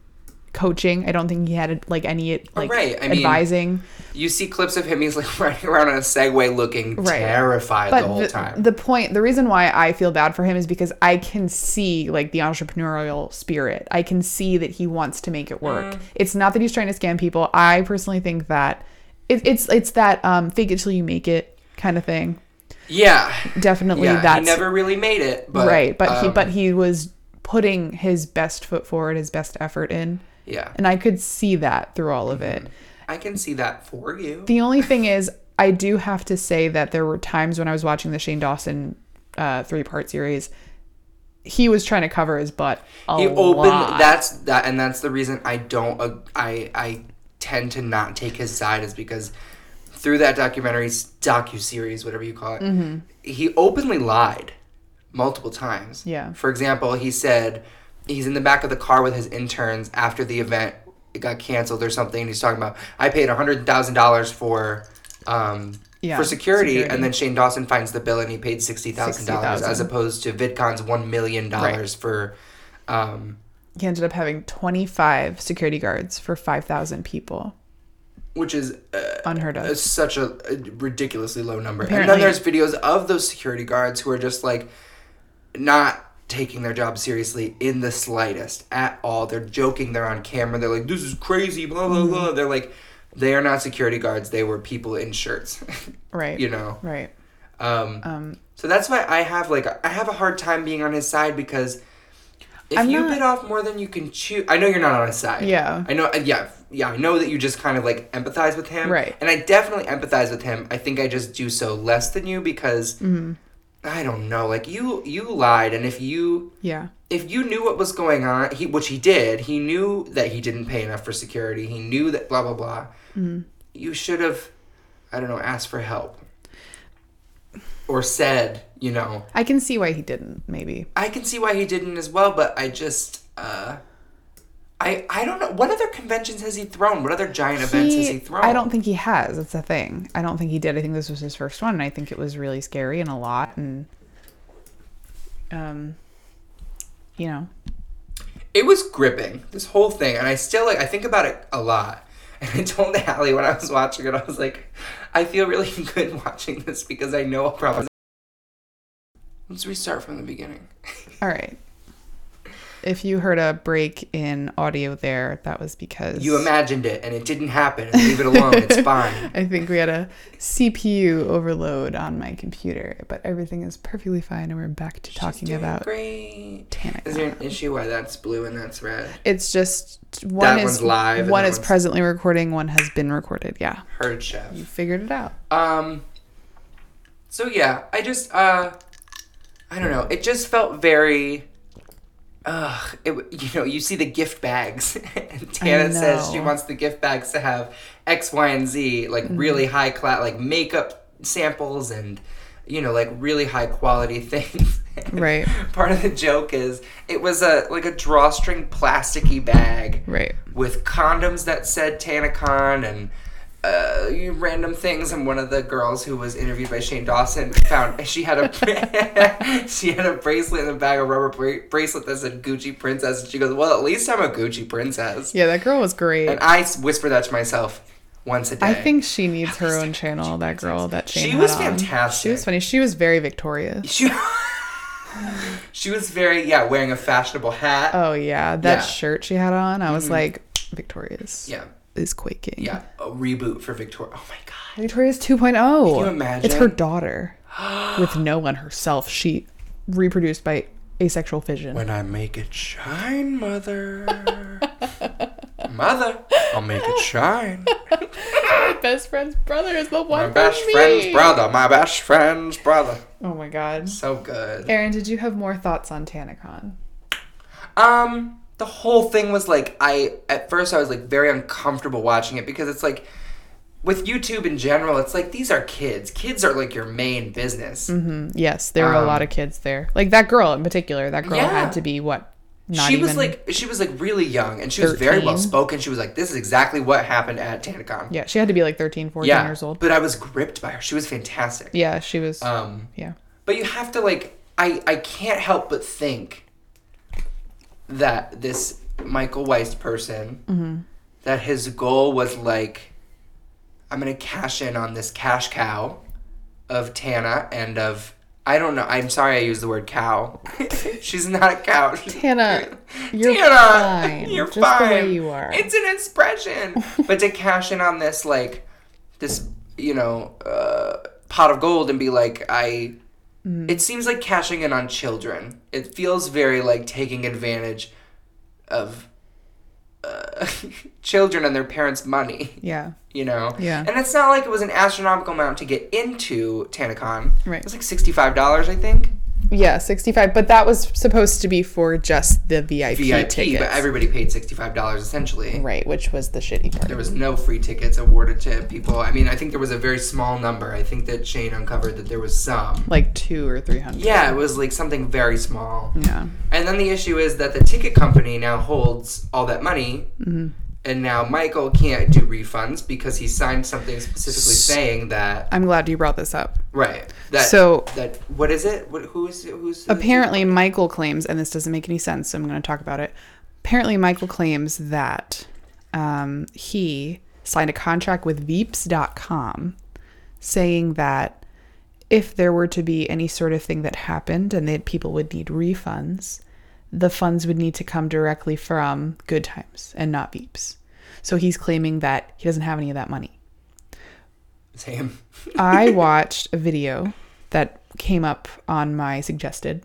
[SPEAKER 2] coaching. I don't think he had like any like
[SPEAKER 1] Right, I mean-
[SPEAKER 2] advising.
[SPEAKER 1] You see clips of him, he's like riding around on a Segway looking
[SPEAKER 2] Right.
[SPEAKER 1] terrified
[SPEAKER 2] but
[SPEAKER 1] the whole time.
[SPEAKER 2] the point, the reason why I feel bad for him is because I can see like the entrepreneurial spirit. I can see that he wants to make it work.
[SPEAKER 1] Mm.
[SPEAKER 2] It's not that he's trying to scam people. I personally think that it, it's it's that um, fake it till you make it kind of thing.
[SPEAKER 1] yeah.
[SPEAKER 2] Definitely,
[SPEAKER 1] Yeah.
[SPEAKER 2] that's
[SPEAKER 1] he never really made it, but
[SPEAKER 2] right. But he
[SPEAKER 1] um,
[SPEAKER 2] but he was putting his best foot forward, his best effort in,
[SPEAKER 1] Yeah.
[SPEAKER 2] and I could see that through all of it.
[SPEAKER 1] I can see that for you.
[SPEAKER 2] The only thing is, I do have to say that there were times when I was watching the Shane Dawson uh, three part series, he was trying to cover his butt. A
[SPEAKER 1] He opened
[SPEAKER 2] lot.
[SPEAKER 1] that's that and that's the reason I don't ag- I I tend to not take his side is because through that documentary docu series whatever you call it
[SPEAKER 2] Mm-hmm.
[SPEAKER 1] he openly lied multiple times.
[SPEAKER 2] Yeah.
[SPEAKER 1] For example, he said he's in the back of the car with his interns after the event it got canceled or something and he's talking about I paid $100,000 for um
[SPEAKER 2] Yeah,
[SPEAKER 1] for security,
[SPEAKER 2] security.
[SPEAKER 1] and then Shane Dawson finds the bill and he paid $60,000 as
[SPEAKER 2] $60,000.
[SPEAKER 1] opposed to VidCon's $1 million for um
[SPEAKER 2] He ended up having 25 security guards for 5,000 people.
[SPEAKER 1] which is uh,
[SPEAKER 2] Unheard
[SPEAKER 1] uh,
[SPEAKER 2] of.
[SPEAKER 1] such a, a ridiculously low number.
[SPEAKER 2] Apparently-
[SPEAKER 1] And then there's videos of those security guards who are just like not taking their job seriously in the slightest at all. They're joking. They're on camera. They're like, "This is crazy." Blah blah blah. They're like, they are not security guards. They were people in shirts.
[SPEAKER 2] Right.
[SPEAKER 1] you know.
[SPEAKER 2] Right.
[SPEAKER 1] Um,
[SPEAKER 2] Um,
[SPEAKER 1] So that's why I have like I have a hard time being on his side because if
[SPEAKER 2] I'm
[SPEAKER 1] you
[SPEAKER 2] not-
[SPEAKER 1] bit off more than you can chew, I know you're not on his side.
[SPEAKER 2] Yeah.
[SPEAKER 1] I know. uh, Yeah, yeah. I know that you just kind of like empathize with him.
[SPEAKER 2] Right.
[SPEAKER 1] And I definitely empathize with him. I think I just do so less than you because
[SPEAKER 2] Mm-hmm.
[SPEAKER 1] I don't know. Like you, you lied, and if you
[SPEAKER 2] Yeah.
[SPEAKER 1] if you knew what was going on, he which he did, he knew that he didn't pay enough for security. He knew that blah blah blah.
[SPEAKER 2] Mm-hmm.
[SPEAKER 1] You should have, I don't know, asked for help or said, you know,
[SPEAKER 2] I can see why he didn't, maybe.
[SPEAKER 1] I can see why he didn't as well, but I just uh I I don't know what other conventions has he thrown? What other giant events has he
[SPEAKER 2] He-
[SPEAKER 1] thrown?
[SPEAKER 2] I don't think he has. That's the thing. I don't think he did. I think this was his first one, and I think it was really scary and a lot. And, um, you know,
[SPEAKER 1] It was gripping, this whole thing, and I still like I think about it a lot. And I told Allie when I was watching it, I was like, I feel really good watching this because I know I'll probably Let's restart from the beginning.
[SPEAKER 2] all right. If you heard a break in audio there, that was because
[SPEAKER 1] You imagined it and it didn't happen. Leave it alone, it's fine.
[SPEAKER 2] I think we had a CPU overload on my computer, but everything is perfectly fine, and we're back to talking
[SPEAKER 1] Doing
[SPEAKER 2] about
[SPEAKER 1] great. Is
[SPEAKER 2] Tanaka.
[SPEAKER 1] there an issue why that's blue and that's red?
[SPEAKER 2] It's just one
[SPEAKER 1] That
[SPEAKER 2] is
[SPEAKER 1] one's live and
[SPEAKER 2] one
[SPEAKER 1] that
[SPEAKER 2] is
[SPEAKER 1] one's-
[SPEAKER 2] presently recording, one has been recorded. Yeah,
[SPEAKER 1] Herd chef.
[SPEAKER 2] you figured it out.
[SPEAKER 1] Um so yeah, I just uh I don't know. It just felt very Ugh, it, w- you know, you see the gift bags. and Tana says she
[SPEAKER 2] know. Mm-hmm.
[SPEAKER 1] wants the gift bags to have X, Y, and Z, like really high class, like makeup samples and, you know, like really high quality things.
[SPEAKER 2] Right.
[SPEAKER 1] Part of the joke is it was a like a drawstring plasticky bag
[SPEAKER 2] Right.
[SPEAKER 1] with condoms that said Tanacon and uh, you- random things. And one of the girls who was interviewed by Shane Dawson found she had a she had a bracelet in a bag of rubber bra- bracelet that said Gucci Princess, and she goes, "Well, at least I'm a Gucci Princess."
[SPEAKER 2] Yeah, that girl was great.
[SPEAKER 1] And I s- whisper that to myself once a day.
[SPEAKER 2] I think she needs her own channel. That girl, that Shane
[SPEAKER 1] She
[SPEAKER 2] had
[SPEAKER 1] was
[SPEAKER 2] on.
[SPEAKER 1] fantastic.
[SPEAKER 2] She was funny. She was very victorious.
[SPEAKER 1] she. She was very yeah, wearing a fashionable hat.
[SPEAKER 2] Oh yeah, that
[SPEAKER 1] Yeah. Mm-hmm.
[SPEAKER 2] shirt she had on. I was like, victorious
[SPEAKER 1] yeah,
[SPEAKER 2] is quaking.
[SPEAKER 1] yeah, a reboot for Victoria. Oh my god.
[SPEAKER 2] Victoria's 2.0.
[SPEAKER 1] Can you imagine?
[SPEAKER 2] It's her daughter with no one herself. She reproduced by asexual fission.
[SPEAKER 1] When I make it shine, mother. mother, I'll make it shine.
[SPEAKER 2] My best friend's brother is the
[SPEAKER 1] My
[SPEAKER 2] one.
[SPEAKER 1] best friend's brother, my best friend's brother.
[SPEAKER 2] Oh my god.
[SPEAKER 1] So good.
[SPEAKER 2] Aaron, did you have more thoughts on Tanacon?
[SPEAKER 1] Um, the whole thing was like I at first I was like very uncomfortable watching it because it's like with YouTube in general, it's like these are kids. Kids are like your main business.
[SPEAKER 2] Mm-hmm. Yes, there were a lot of kids there. Like that girl in particular. That girl
[SPEAKER 1] Um, Yeah.
[SPEAKER 2] had to be what? Not
[SPEAKER 1] she
[SPEAKER 2] even.
[SPEAKER 1] was like she was like really young and she was very
[SPEAKER 2] 13.
[SPEAKER 1] well spoken. She was like, This is exactly what happened at Tanacon.
[SPEAKER 2] yeah, she had to be like 13, 14 years old.
[SPEAKER 1] But I was gripped by her. She was fantastic.
[SPEAKER 2] Yeah, she was.
[SPEAKER 1] Um
[SPEAKER 2] yeah.
[SPEAKER 1] But you have to like I I can't help but think that this Michael Weiss person that his goal was like I'm going to cash in on this cash cow of Tana and of I don't know. I'm sorry I used the word cow. She's not a cow.
[SPEAKER 2] Tana, you're
[SPEAKER 1] Tana,
[SPEAKER 2] fine.
[SPEAKER 1] You're
[SPEAKER 2] just
[SPEAKER 1] fine.
[SPEAKER 2] the way you are.
[SPEAKER 1] It's an expression. but to cash in on this, like, this, you know, uh, pot of gold and be like, I.
[SPEAKER 2] Mm.
[SPEAKER 1] It seems like cashing in on children. It feels very like taking advantage of uh, children and their parents' money,
[SPEAKER 2] yeah.
[SPEAKER 1] you know?
[SPEAKER 2] Yeah.
[SPEAKER 1] And it's not like it was an astronomical amount to get into Tanacon.
[SPEAKER 2] Right.
[SPEAKER 1] It was like $65, I think.
[SPEAKER 2] Yeah, 65. But that was supposed to be for just the VIP,
[SPEAKER 1] VIP,
[SPEAKER 2] tickets.
[SPEAKER 1] but everybody paid $65 essentially.
[SPEAKER 2] right, which was the shitty part.
[SPEAKER 1] There was no free tickets awarded to people. I mean, I think there was a very small number. I think that Shane uncovered that there was some.
[SPEAKER 2] Like two or 300.
[SPEAKER 1] Yeah, it was like something very small.
[SPEAKER 2] Yeah.
[SPEAKER 1] And then the issue is that the ticket company now holds all that money.
[SPEAKER 2] Mm-hmm.
[SPEAKER 1] And now Michael can't do refunds because he signed something specifically saying that
[SPEAKER 2] I'm glad you brought this up.
[SPEAKER 1] right that
[SPEAKER 2] So-
[SPEAKER 1] that what is it what who is it who's
[SPEAKER 2] Apparently, Michael claims, and this doesn't make any sense, so I'm going to talk about it. Apparently, Michael claims that um, he signed a contract with Veeps.com saying that if there were to be any sort of thing that happened and that people would need refunds, the funds would need to come directly from Good Times and not Veeps. So he's claiming that he doesn't have any of that money.
[SPEAKER 1] Sam
[SPEAKER 2] I watched a video that came up on my suggested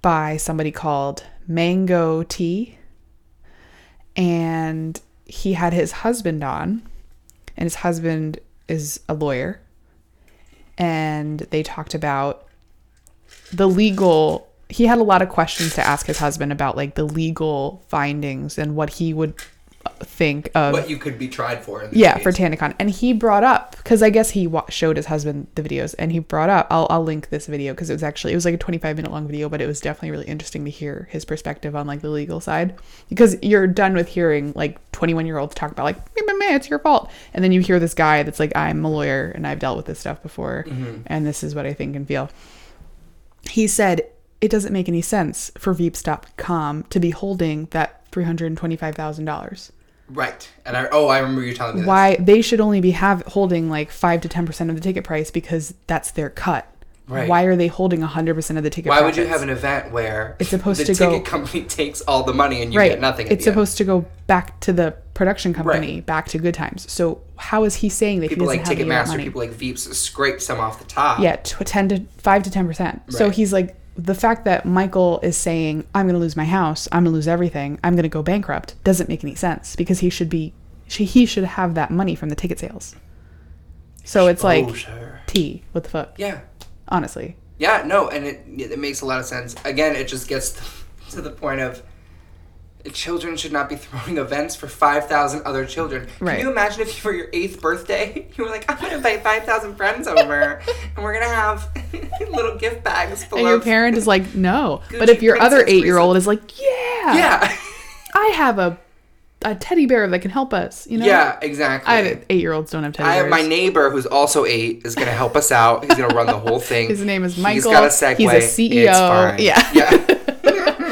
[SPEAKER 2] by somebody called Mango Tea. And he had his husband on, and his husband is a lawyer. And they talked about the legal he had a lot of questions to ask his husband about like the legal findings and what he would think of
[SPEAKER 1] What you could be tried for. In this
[SPEAKER 2] Um, yeah,
[SPEAKER 1] case.
[SPEAKER 2] for TanaCon. And he brought up because I guess he wa- showed his husband the videos, and he brought up. I'll I'll link this video because it was actually it was like a 25 minute long video, but it was definitely really interesting to hear his perspective on like the legal side because you're done with hearing like 21 year olds talk about like meh, meh, meh, it's your fault, and then you hear this guy that's like I'm a lawyer and I've dealt with this stuff before, and this is what I think and feel he said it doesn't make any sense for Veeps.com to be holding that three hundred twenty five thousand dollars.
[SPEAKER 1] right. And I oh I remember you telling me this.
[SPEAKER 2] Why they should only be have holding like five to ten percent of the ticket price because that's their cut.
[SPEAKER 1] Right.
[SPEAKER 2] Why are they holding hundred percent of the ticket?
[SPEAKER 1] Why would you
[SPEAKER 2] profits?
[SPEAKER 1] have an event where
[SPEAKER 2] It's supposed
[SPEAKER 1] the
[SPEAKER 2] to go-
[SPEAKER 1] ticket company takes all the money and you
[SPEAKER 2] right?
[SPEAKER 1] get nothing? At
[SPEAKER 2] it's
[SPEAKER 1] the end?
[SPEAKER 2] supposed to go back to the production company,
[SPEAKER 1] Right.
[SPEAKER 2] back to Good Times. So how is he saying that
[SPEAKER 1] people
[SPEAKER 2] he
[SPEAKER 1] like
[SPEAKER 2] doesn't have any of that
[SPEAKER 1] Ticketmaster,
[SPEAKER 2] money?
[SPEAKER 1] people like Veeps scrape some off the top.
[SPEAKER 2] yeah, tw 10 to 5 to 10%. So
[SPEAKER 1] Right.
[SPEAKER 2] he's like, the fact that Michael is saying, I'm going to lose my house, I'm going to lose everything, I'm going to go bankrupt doesn't make any sense because he should be, she, he should have that money from the ticket sales. So it's
[SPEAKER 1] oh,
[SPEAKER 2] like,
[SPEAKER 1] sure.
[SPEAKER 2] T, what the fuck?
[SPEAKER 1] Yeah.
[SPEAKER 2] Honestly.
[SPEAKER 1] Yeah, no, and it it makes a lot of sense. Again, it just gets to the point of children should not be throwing events for 5,000 other children.
[SPEAKER 2] Right.
[SPEAKER 1] Can you imagine if for your 8th birthday, you were like, I'm going to invite 5,000 friends over and we're going to have little gift bags full
[SPEAKER 2] And your
[SPEAKER 1] of-
[SPEAKER 2] parent is like, no.
[SPEAKER 1] Gucci
[SPEAKER 2] But if your other
[SPEAKER 1] princess
[SPEAKER 2] eight year old is like, yeah,
[SPEAKER 1] Yeah.
[SPEAKER 2] I have a, a teddy bear that can help us, you know?
[SPEAKER 1] yeah, exactly.
[SPEAKER 2] I eight year olds don't have teddy
[SPEAKER 1] I have
[SPEAKER 2] bears.
[SPEAKER 1] my neighbor who's also eight is gonna help us out. He's gonna run the whole thing.
[SPEAKER 2] His name is Michael.
[SPEAKER 1] He's got a segue.
[SPEAKER 2] He's a
[SPEAKER 1] It's
[SPEAKER 2] CEO.
[SPEAKER 1] fine.
[SPEAKER 2] Yeah.
[SPEAKER 1] Yeah.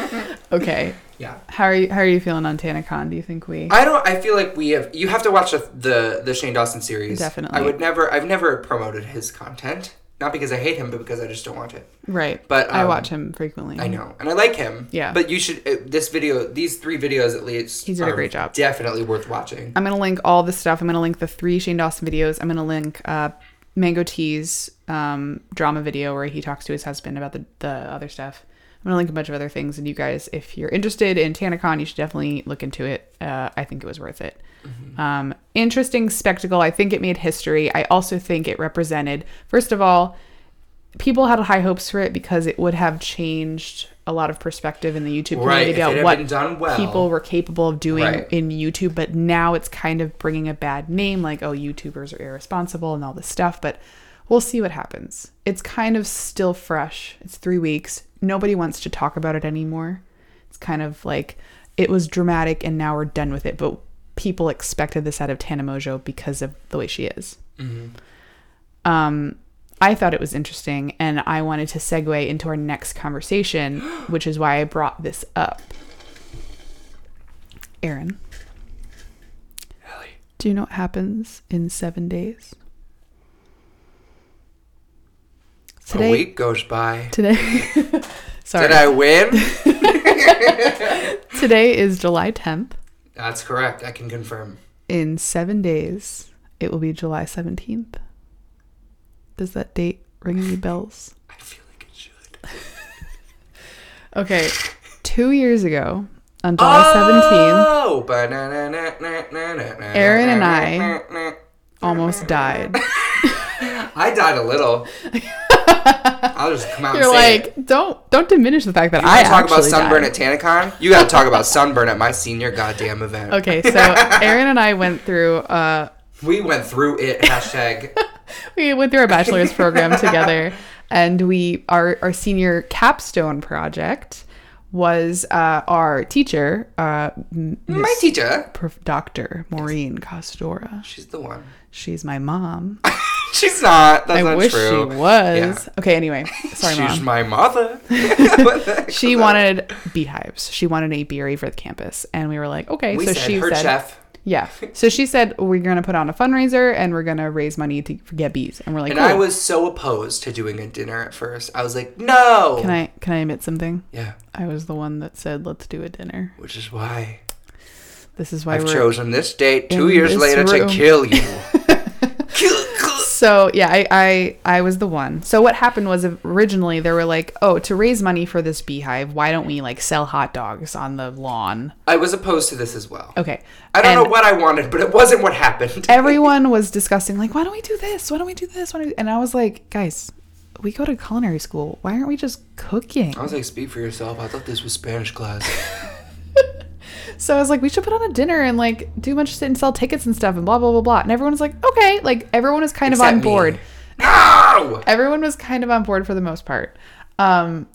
[SPEAKER 2] okay.
[SPEAKER 1] Yeah.
[SPEAKER 2] How are you? How are you feeling on TanaCon? Do you think we?
[SPEAKER 1] I don't. I feel like we have. You have to watch the the, the Shane Dawson series.
[SPEAKER 2] Definitely.
[SPEAKER 1] I would never. I've never promoted his content. Not because I hate him, but because I just don't watch it.
[SPEAKER 2] right,
[SPEAKER 1] but,
[SPEAKER 2] I
[SPEAKER 1] um,
[SPEAKER 2] watch him frequently.
[SPEAKER 1] I know, and I like him.
[SPEAKER 2] Mm-hmm. Yeah.
[SPEAKER 1] But you should. Uh, this video, these three videos at least.
[SPEAKER 2] He did a
[SPEAKER 1] are
[SPEAKER 2] great job.
[SPEAKER 1] Definitely worth watching.
[SPEAKER 2] I'm gonna link all the stuff. I'm gonna link the three Shane Dawson videos. I'm gonna link uh, Mango T's um, drama video where he talks to his husband about the the other stuff. I'm gonna link a bunch of other things, and you guys, if you're interested in TanaCon, you should definitely look into it. Uh, I think it was worth it.
[SPEAKER 1] Mm-hmm.
[SPEAKER 2] Um, interesting spectacle. I think it made history. I also think it represented, first of all, people had high hopes for it because it would have changed a lot of perspective in the YouTube
[SPEAKER 1] Right,
[SPEAKER 2] community
[SPEAKER 1] if it
[SPEAKER 2] about
[SPEAKER 1] had
[SPEAKER 2] what
[SPEAKER 1] been done well.
[SPEAKER 2] people were capable of doing
[SPEAKER 1] Right.
[SPEAKER 2] in YouTube, but now it's kind of bringing a bad name, like oh, YouTubers are irresponsible and all this stuff. But we'll see what happens. It's kind of still fresh. It's three weeks. Nobody wants to talk about it anymore. It's kind of like it was dramatic, and now we're done with it. But people expected this out of Tana Mojo because of the way she is
[SPEAKER 1] Mm-hmm.
[SPEAKER 2] um, I thought it was interesting, and I wanted to segue into our next conversation, which is why I brought this up. Aaron,
[SPEAKER 1] Ellie.
[SPEAKER 2] do you know what happens in seven days?
[SPEAKER 1] a
[SPEAKER 2] Today,
[SPEAKER 1] week goes by.
[SPEAKER 2] today. Sorry,
[SPEAKER 1] Did I win?
[SPEAKER 2] today is July tenth.
[SPEAKER 1] That's correct. I can confirm.
[SPEAKER 2] In seven days, it will be July seventeenth. Does that date ring any bells?
[SPEAKER 1] I feel like it should.
[SPEAKER 2] Okay, two years ago, on July seventeenth.
[SPEAKER 1] Oh!
[SPEAKER 2] Aaron and I- almost died.
[SPEAKER 1] I died a little. I'll just come out
[SPEAKER 2] You're
[SPEAKER 1] and say it.
[SPEAKER 2] like, don't don't diminish the fact that
[SPEAKER 1] You
[SPEAKER 2] I
[SPEAKER 1] wanna talk about
[SPEAKER 2] actually
[SPEAKER 1] sunburn
[SPEAKER 2] died.
[SPEAKER 1] at TanaCon. You got to talk about sunburn at my senior goddamn event.
[SPEAKER 2] Okay, so Aaron and I went through uh
[SPEAKER 1] We went through it. Hashtag.
[SPEAKER 2] we went through a bachelor's program together and we our our senior capstone project was uh our teacher uh m-
[SPEAKER 1] my teacher.
[SPEAKER 2] prof- Dr. Maureen Costora.
[SPEAKER 1] She's the one.
[SPEAKER 2] She's my mom.
[SPEAKER 1] She's not. That's
[SPEAKER 2] I
[SPEAKER 1] not
[SPEAKER 2] wish
[SPEAKER 1] true.
[SPEAKER 2] she was. Okay, anyway. Sorry,
[SPEAKER 1] She's
[SPEAKER 2] mom.
[SPEAKER 1] my mother. What the heck
[SPEAKER 2] She
[SPEAKER 1] was that?
[SPEAKER 2] wanted beehives. She wanted an apiary for the campus, and we were like, okay.
[SPEAKER 1] We
[SPEAKER 2] so
[SPEAKER 1] said
[SPEAKER 2] she
[SPEAKER 1] her
[SPEAKER 2] said,
[SPEAKER 1] chef.
[SPEAKER 2] Yeah. So she said we're gonna put on a fundraiser and we're gonna raise money to get bees. And we're like,
[SPEAKER 1] And I
[SPEAKER 2] "Cool."
[SPEAKER 1] was so opposed to doing a dinner at first. I was like, no.
[SPEAKER 2] Can I can I admit something?
[SPEAKER 1] Yeah.
[SPEAKER 2] I was the one that said let's do a dinner.
[SPEAKER 1] Which is why
[SPEAKER 2] This is why
[SPEAKER 1] I've
[SPEAKER 2] we're
[SPEAKER 1] chosen this date two
[SPEAKER 2] in
[SPEAKER 1] years
[SPEAKER 2] this
[SPEAKER 1] later
[SPEAKER 2] room.
[SPEAKER 1] to kill you. kill, kill.
[SPEAKER 2] So yeah, I, I I was the one. So what happened was originally they were like, oh, to raise money for this beehive, why don't we like sell hot dogs on the lawn?
[SPEAKER 1] I was opposed to this as well.
[SPEAKER 2] Okay.
[SPEAKER 1] I don't
[SPEAKER 2] And-
[SPEAKER 1] know what I wanted, but it wasn't what happened.
[SPEAKER 2] everyone was discussing like why don't we do this why don't we do this why don't we? and i was like guys we go to culinary school why aren't we just cooking
[SPEAKER 1] I was like, speak for yourself. I thought this was Spanish class.
[SPEAKER 2] so i was like we should put on a dinner and like do much sit and sell tickets and stuff and blah blah blah blah and everyone was like okay like everyone was kind of
[SPEAKER 1] Except
[SPEAKER 2] on
[SPEAKER 1] me.
[SPEAKER 2] board
[SPEAKER 1] No!
[SPEAKER 2] everyone was kind of on board for the most part um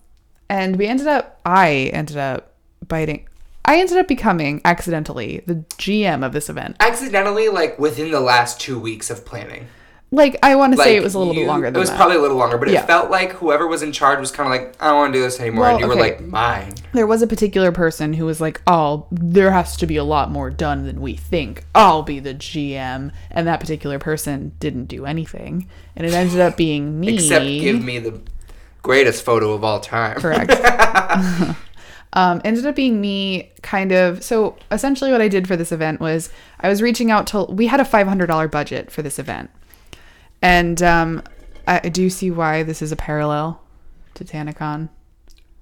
[SPEAKER 2] and we ended up i ended up biting i ended up becoming accidentally the gm of this event
[SPEAKER 1] Accidentally, like within the last two weeks of planning.
[SPEAKER 2] like i want to
[SPEAKER 1] Like,
[SPEAKER 2] say it was a little
[SPEAKER 1] you-
[SPEAKER 2] bit longer than
[SPEAKER 1] It was
[SPEAKER 2] that
[SPEAKER 1] probably a little longer, but
[SPEAKER 2] Yeah.
[SPEAKER 1] it felt like whoever was in charge was kind of like, I don't want to do this anymore.
[SPEAKER 2] Well,
[SPEAKER 1] and you were
[SPEAKER 2] okay.
[SPEAKER 1] like, mine.
[SPEAKER 2] there was a particular person who was like, "Oh, there has to be a lot more done than we think. I'll be the GM." And that particular person didn't do anything, and it ended up being me.
[SPEAKER 1] Except give me the greatest photo of all time.
[SPEAKER 2] Correct. um, ended up being me kind of. So essentially, what I did for this event was I was reaching out to. We had a $500 budget for this event. And um, I, I do see why this is a parallel to Tanacon.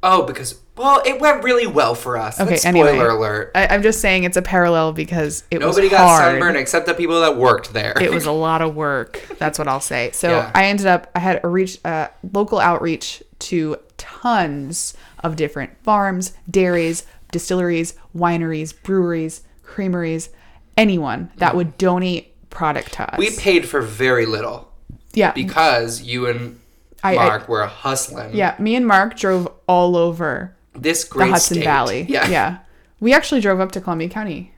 [SPEAKER 1] Oh, because, well, it went really well for us.
[SPEAKER 2] Okay,
[SPEAKER 1] That's spoiler
[SPEAKER 2] anyway.
[SPEAKER 1] alert.
[SPEAKER 2] I, I'm just saying it's a parallel because it
[SPEAKER 1] Nobody
[SPEAKER 2] was
[SPEAKER 1] got
[SPEAKER 2] hard.
[SPEAKER 1] sunburned except the people that worked there.
[SPEAKER 2] it was a lot of work. That's what I'll say. So
[SPEAKER 1] Yeah.
[SPEAKER 2] I ended up I had a reach uh, local outreach to tons of different farms, dairies, distilleries, wineries, breweries, creameries, anyone that would donate product to us.
[SPEAKER 1] we paid for very little
[SPEAKER 2] yeah.
[SPEAKER 1] because you and
[SPEAKER 2] I- I-
[SPEAKER 1] Mark were hustling.
[SPEAKER 2] yeah, me and Mark drove all over
[SPEAKER 1] This
[SPEAKER 2] the
[SPEAKER 1] great
[SPEAKER 2] Hudson
[SPEAKER 1] state.
[SPEAKER 2] Valley.
[SPEAKER 1] Yeah.
[SPEAKER 2] Yeah. We actually drove up to Columbia County,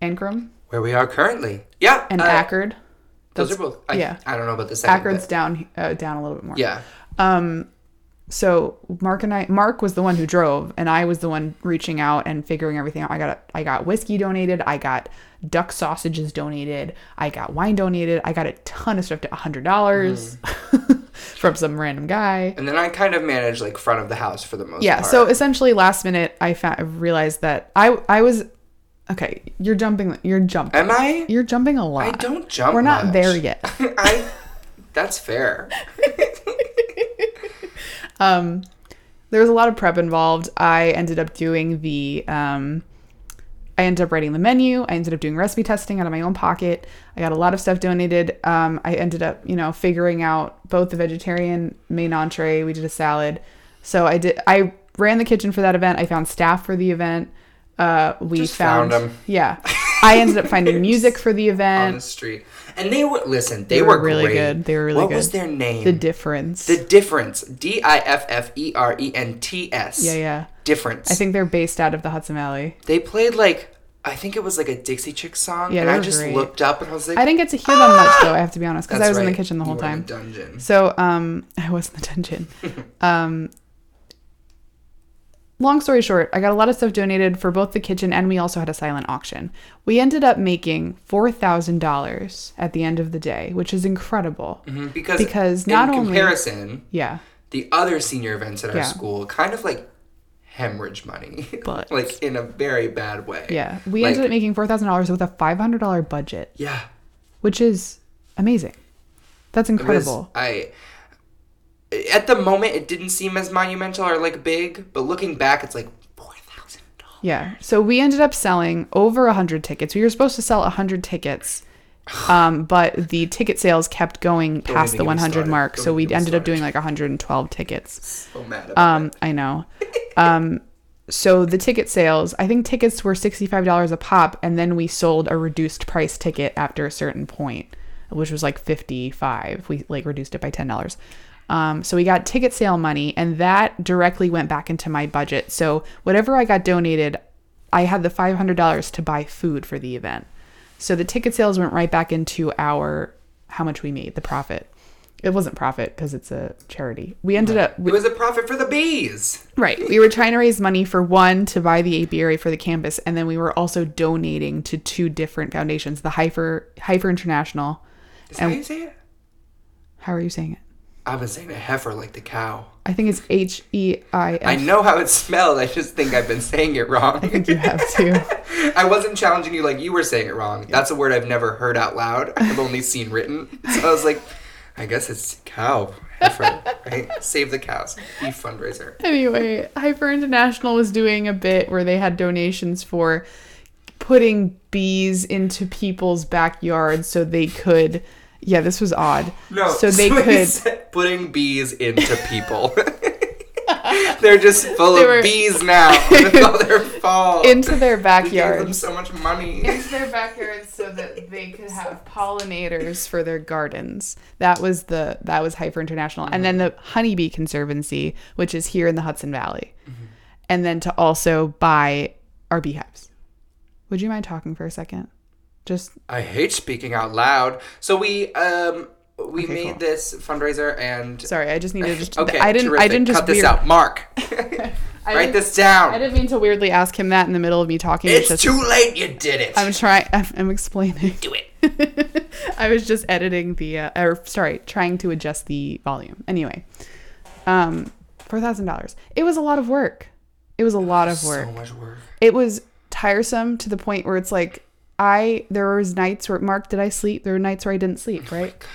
[SPEAKER 2] Ankrum
[SPEAKER 1] Where we are currently. Yeah.
[SPEAKER 2] and
[SPEAKER 1] uh,
[SPEAKER 2] Ackerd.
[SPEAKER 1] Those are both. I,
[SPEAKER 2] yeah.
[SPEAKER 1] I don't know about the second.
[SPEAKER 2] Ackerd's
[SPEAKER 1] bit.
[SPEAKER 2] down uh, down a little bit more.
[SPEAKER 1] Yeah.
[SPEAKER 2] so Mark and I Mark was the one who drove and I was the one reaching out and figuring everything out. I got I got whiskey donated, I got duck sausages donated, I got wine donated, I got a ton of stuff to hundred dollars
[SPEAKER 1] Mm.
[SPEAKER 2] from some random guy.
[SPEAKER 1] And then I kind of managed like front of the house for the most
[SPEAKER 2] Yeah,
[SPEAKER 1] part.
[SPEAKER 2] so essentially last minute I fa- realized that I I was okay, you're jumping you're jumping
[SPEAKER 1] Am I?
[SPEAKER 2] you're jumping a lot.
[SPEAKER 1] I don't jump.
[SPEAKER 2] We're not
[SPEAKER 1] much.
[SPEAKER 2] there yet.
[SPEAKER 1] I. That's fair.
[SPEAKER 2] there was a lot of prep involved. I ended up doing the um I ended up writing the menu. I ended up doing recipe testing out of my own pocket. I got a lot of stuff donated. Um, I ended up, you know, figuring out both the vegetarian main entree. We did a salad. So I did. I ran the kitchen for that event. I found staff for the event. Uh, we
[SPEAKER 1] Just
[SPEAKER 2] found,
[SPEAKER 1] found 'em.
[SPEAKER 2] yeah. I ended up finding music for the event.
[SPEAKER 1] on the street, and they were listen. They,
[SPEAKER 2] They
[SPEAKER 1] were,
[SPEAKER 2] were really
[SPEAKER 1] great.
[SPEAKER 2] good. They were really
[SPEAKER 1] what was
[SPEAKER 2] good.
[SPEAKER 1] their name?
[SPEAKER 2] the difference.
[SPEAKER 1] The difference. D i f f e r e n t s.
[SPEAKER 2] yeah, yeah.
[SPEAKER 1] Difference.
[SPEAKER 2] I think they're based out of the Hudson Valley.
[SPEAKER 1] they played like I think it was like a Dixie Chick song,
[SPEAKER 2] Yeah,
[SPEAKER 1] and
[SPEAKER 2] they
[SPEAKER 1] I
[SPEAKER 2] were
[SPEAKER 1] just
[SPEAKER 2] great.
[SPEAKER 1] looked up and I was like,
[SPEAKER 2] I didn't get to hear them much though. I have to be honest because I
[SPEAKER 1] "That's
[SPEAKER 2] was in the
[SPEAKER 1] right,
[SPEAKER 2] kitchen the
[SPEAKER 1] you
[SPEAKER 2] whole
[SPEAKER 1] were in
[SPEAKER 2] time.
[SPEAKER 1] the dungeon.
[SPEAKER 2] So um, I was in the dungeon. um, long story short, I got a lot of stuff donated for both the kitchen and we also had a silent auction. We ended up making four thousand dollars at the end of the day, which is incredible.
[SPEAKER 1] Mhm, Because
[SPEAKER 2] Mm-hmm. Because
[SPEAKER 1] in
[SPEAKER 2] not only-
[SPEAKER 1] comparison,
[SPEAKER 2] Yeah,
[SPEAKER 1] the other senior events at our
[SPEAKER 2] Yeah.
[SPEAKER 1] school kind of like hemorrhage money,
[SPEAKER 2] But-
[SPEAKER 1] like in a very bad way.
[SPEAKER 2] yeah. We
[SPEAKER 1] Like-
[SPEAKER 2] ended up making four thousand dollars with a five hundred dollar budget,
[SPEAKER 1] Yeah,
[SPEAKER 2] which is amazing. That's
[SPEAKER 1] it was-
[SPEAKER 2] incredible.
[SPEAKER 1] I at the moment it didn't seem as monumental or like big, but looking back, it's like four thousand dollars.
[SPEAKER 2] Yeah. So we ended up selling over 100 tickets. We were supposed to sell 100 tickets. Um, but the ticket sales kept going past
[SPEAKER 1] even
[SPEAKER 2] the
[SPEAKER 1] get me
[SPEAKER 2] 100
[SPEAKER 1] started.
[SPEAKER 2] mark,
[SPEAKER 1] Don't
[SPEAKER 2] so
[SPEAKER 1] even
[SPEAKER 2] we
[SPEAKER 1] get me
[SPEAKER 2] ended up
[SPEAKER 1] started.
[SPEAKER 2] doing like 112 tickets.
[SPEAKER 1] So mad about
[SPEAKER 2] Um, I know. Um, so the ticket sales, I think tickets were $65 a pop, and then we sold a reduced price ticket after a certain point, which was like 55. We like reduced it by $10. Um, so we got ticket sale money, and that directly went back into my budget. So whatever I got donated, I had the $500 to buy food for the event. So the ticket sales went right back into our how much we made, the profit. It wasn't profit because it's a charity. We ended up
[SPEAKER 1] it. It was a profit for the bees.
[SPEAKER 2] Right. We were trying to raise money for one to buy the apiary for the campus, and then we were also donating to two different foundations, the Hyper Hyper International.
[SPEAKER 1] Is that how you say it?
[SPEAKER 2] How are you saying it?
[SPEAKER 1] I've been saying a heifer like the cow.
[SPEAKER 2] I think it's H E I
[SPEAKER 1] I
[SPEAKER 2] F.
[SPEAKER 1] know how it smelled. I just think I've been saying it wrong.
[SPEAKER 2] I think you have to.
[SPEAKER 1] I wasn't challenging you like you were saying it wrong. That's a word I've never heard out loud. I've only seen written. So I was like, I guess it's cow heifer. right? Save the cows. Beef fundraiser.
[SPEAKER 2] Anyway, Hyper International was doing a bit where they had donations for putting bees into people's backyards so they could. Yeah, this was odd.
[SPEAKER 1] No,
[SPEAKER 2] so they
[SPEAKER 1] somebody
[SPEAKER 2] could.
[SPEAKER 1] said putting bees into people. They're just full
[SPEAKER 2] They
[SPEAKER 1] of
[SPEAKER 2] were-
[SPEAKER 1] bees now. That's all their fault.
[SPEAKER 2] Into their
[SPEAKER 1] We gave them
[SPEAKER 2] backyards.
[SPEAKER 1] so much money.
[SPEAKER 2] Into their backyards so that they could have pollinators for their gardens. That was the that was Hyper International, and then the Honeybee Conservancy, which is here in the Hudson Valley, and then to also buy our beehives. Would you mind talking for a second? Just
[SPEAKER 1] I hate speaking out loud. So we um we made
[SPEAKER 2] cool.
[SPEAKER 1] this fundraiser and
[SPEAKER 2] sorry, I just needed to. Just,
[SPEAKER 1] okay.
[SPEAKER 2] I didn't. I
[SPEAKER 1] terrific.
[SPEAKER 2] didn't just
[SPEAKER 1] cut this
[SPEAKER 2] weird-
[SPEAKER 1] out. Mark,
[SPEAKER 2] I
[SPEAKER 1] write
[SPEAKER 2] didn't-
[SPEAKER 1] this down.
[SPEAKER 2] I didn't mean to weirdly ask him that in the middle of me talking.
[SPEAKER 1] it's
[SPEAKER 2] just,
[SPEAKER 1] too late. You did it.
[SPEAKER 2] I'm trying. I'm, I'm explaining.
[SPEAKER 1] Do it.
[SPEAKER 2] I was just editing the, uh, or sorry, trying to adjust the volume. Anyway, um, four thousand dollars. It was a lot of work. It was a lot of work.
[SPEAKER 1] So much work.
[SPEAKER 2] It was tiresome to the point where it's like I there was nights where Mark, did I sleep? There were nights where I didn't sleep,
[SPEAKER 1] Oh
[SPEAKER 2] right?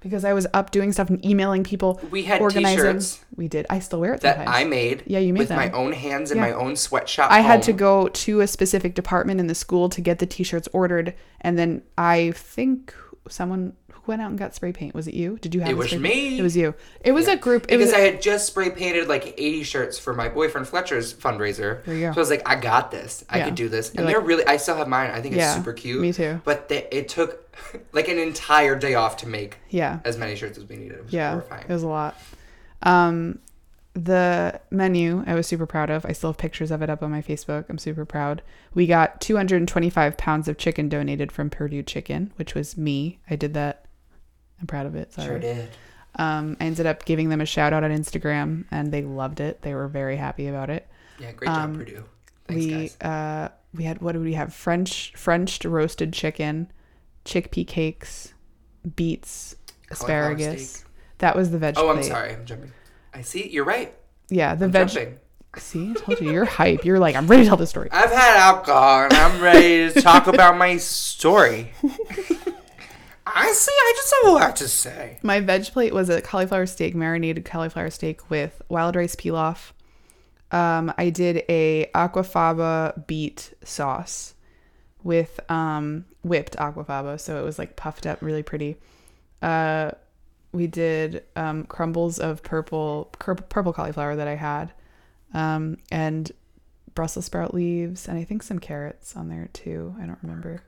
[SPEAKER 2] Because I was up doing stuff and emailing people.
[SPEAKER 1] We had t-shirts
[SPEAKER 2] We did. I still wear it
[SPEAKER 1] that
[SPEAKER 2] sometimes.
[SPEAKER 1] I made.
[SPEAKER 2] Yeah, you made
[SPEAKER 1] with my
[SPEAKER 2] them.
[SPEAKER 1] own hands in
[SPEAKER 2] Yeah.
[SPEAKER 1] my own sweatshop.
[SPEAKER 2] I had to
[SPEAKER 1] home.
[SPEAKER 2] go to a specific department in the school to get the t-shirts ordered, and then I think someone who went out and got spray paint. Was it you? Did you have?
[SPEAKER 1] It
[SPEAKER 2] the
[SPEAKER 1] was
[SPEAKER 2] spray
[SPEAKER 1] me.
[SPEAKER 2] Paint? It was you. It was a group. It
[SPEAKER 1] because
[SPEAKER 2] was.
[SPEAKER 1] I had just spray painted like 80 shirts for my boyfriend Fletcher's fundraiser.
[SPEAKER 2] There you go.
[SPEAKER 1] So I was like, I got this. I
[SPEAKER 2] Yeah.
[SPEAKER 1] could do this. And
[SPEAKER 2] You're like-
[SPEAKER 1] they're really, I still have mine. I think
[SPEAKER 2] Yeah,
[SPEAKER 1] it's super cute.
[SPEAKER 2] me too.
[SPEAKER 1] But they, it took like an entire day off to make
[SPEAKER 2] yeah.
[SPEAKER 1] as many shirts as we needed. It was
[SPEAKER 2] Yeah. It
[SPEAKER 1] horrifying.
[SPEAKER 2] was a lot. Um, the menu I was super proud of. I still have pictures of it up on my Facebook. I'm super proud. We got 225 pounds of chicken donated from Purdue Chicken, which was me. I did that. I'm proud of it. Sorry.
[SPEAKER 1] sure did.
[SPEAKER 2] Um, I ended up giving them a shout out on Instagram, and they loved it. They were very happy about it.
[SPEAKER 1] Yeah, great job, Purdue. Thanks,
[SPEAKER 2] um, we
[SPEAKER 1] guys.
[SPEAKER 2] uh, we had what did we have? French French roasted chicken, chickpea cakes, beets,
[SPEAKER 1] Cauliflower
[SPEAKER 2] asparagus.
[SPEAKER 1] steak.
[SPEAKER 2] That was the veg.
[SPEAKER 1] Oh, I'm
[SPEAKER 2] plate.
[SPEAKER 1] sorry. I'm jumping. I see. You're right.
[SPEAKER 2] Yeah, the
[SPEAKER 1] I'm
[SPEAKER 2] veg.
[SPEAKER 1] jumping.
[SPEAKER 2] See, I told you, you're hype. You're like, I'm ready to tell this story.
[SPEAKER 1] I've had alcohol and I'm ready to talk about my story. I see. I just have a lot to say.
[SPEAKER 2] My veg plate was a cauliflower steak, marinated cauliflower steak with wild rice pilaf. Um, I did a aquafaba beet sauce with um, whipped aquafaba, so it was like puffed up, really pretty. Uh, we did um, crumbles of purple cur- purple cauliflower that I had, um, and Brussels sprout leaves, and I think some carrots on there too. I don't remember.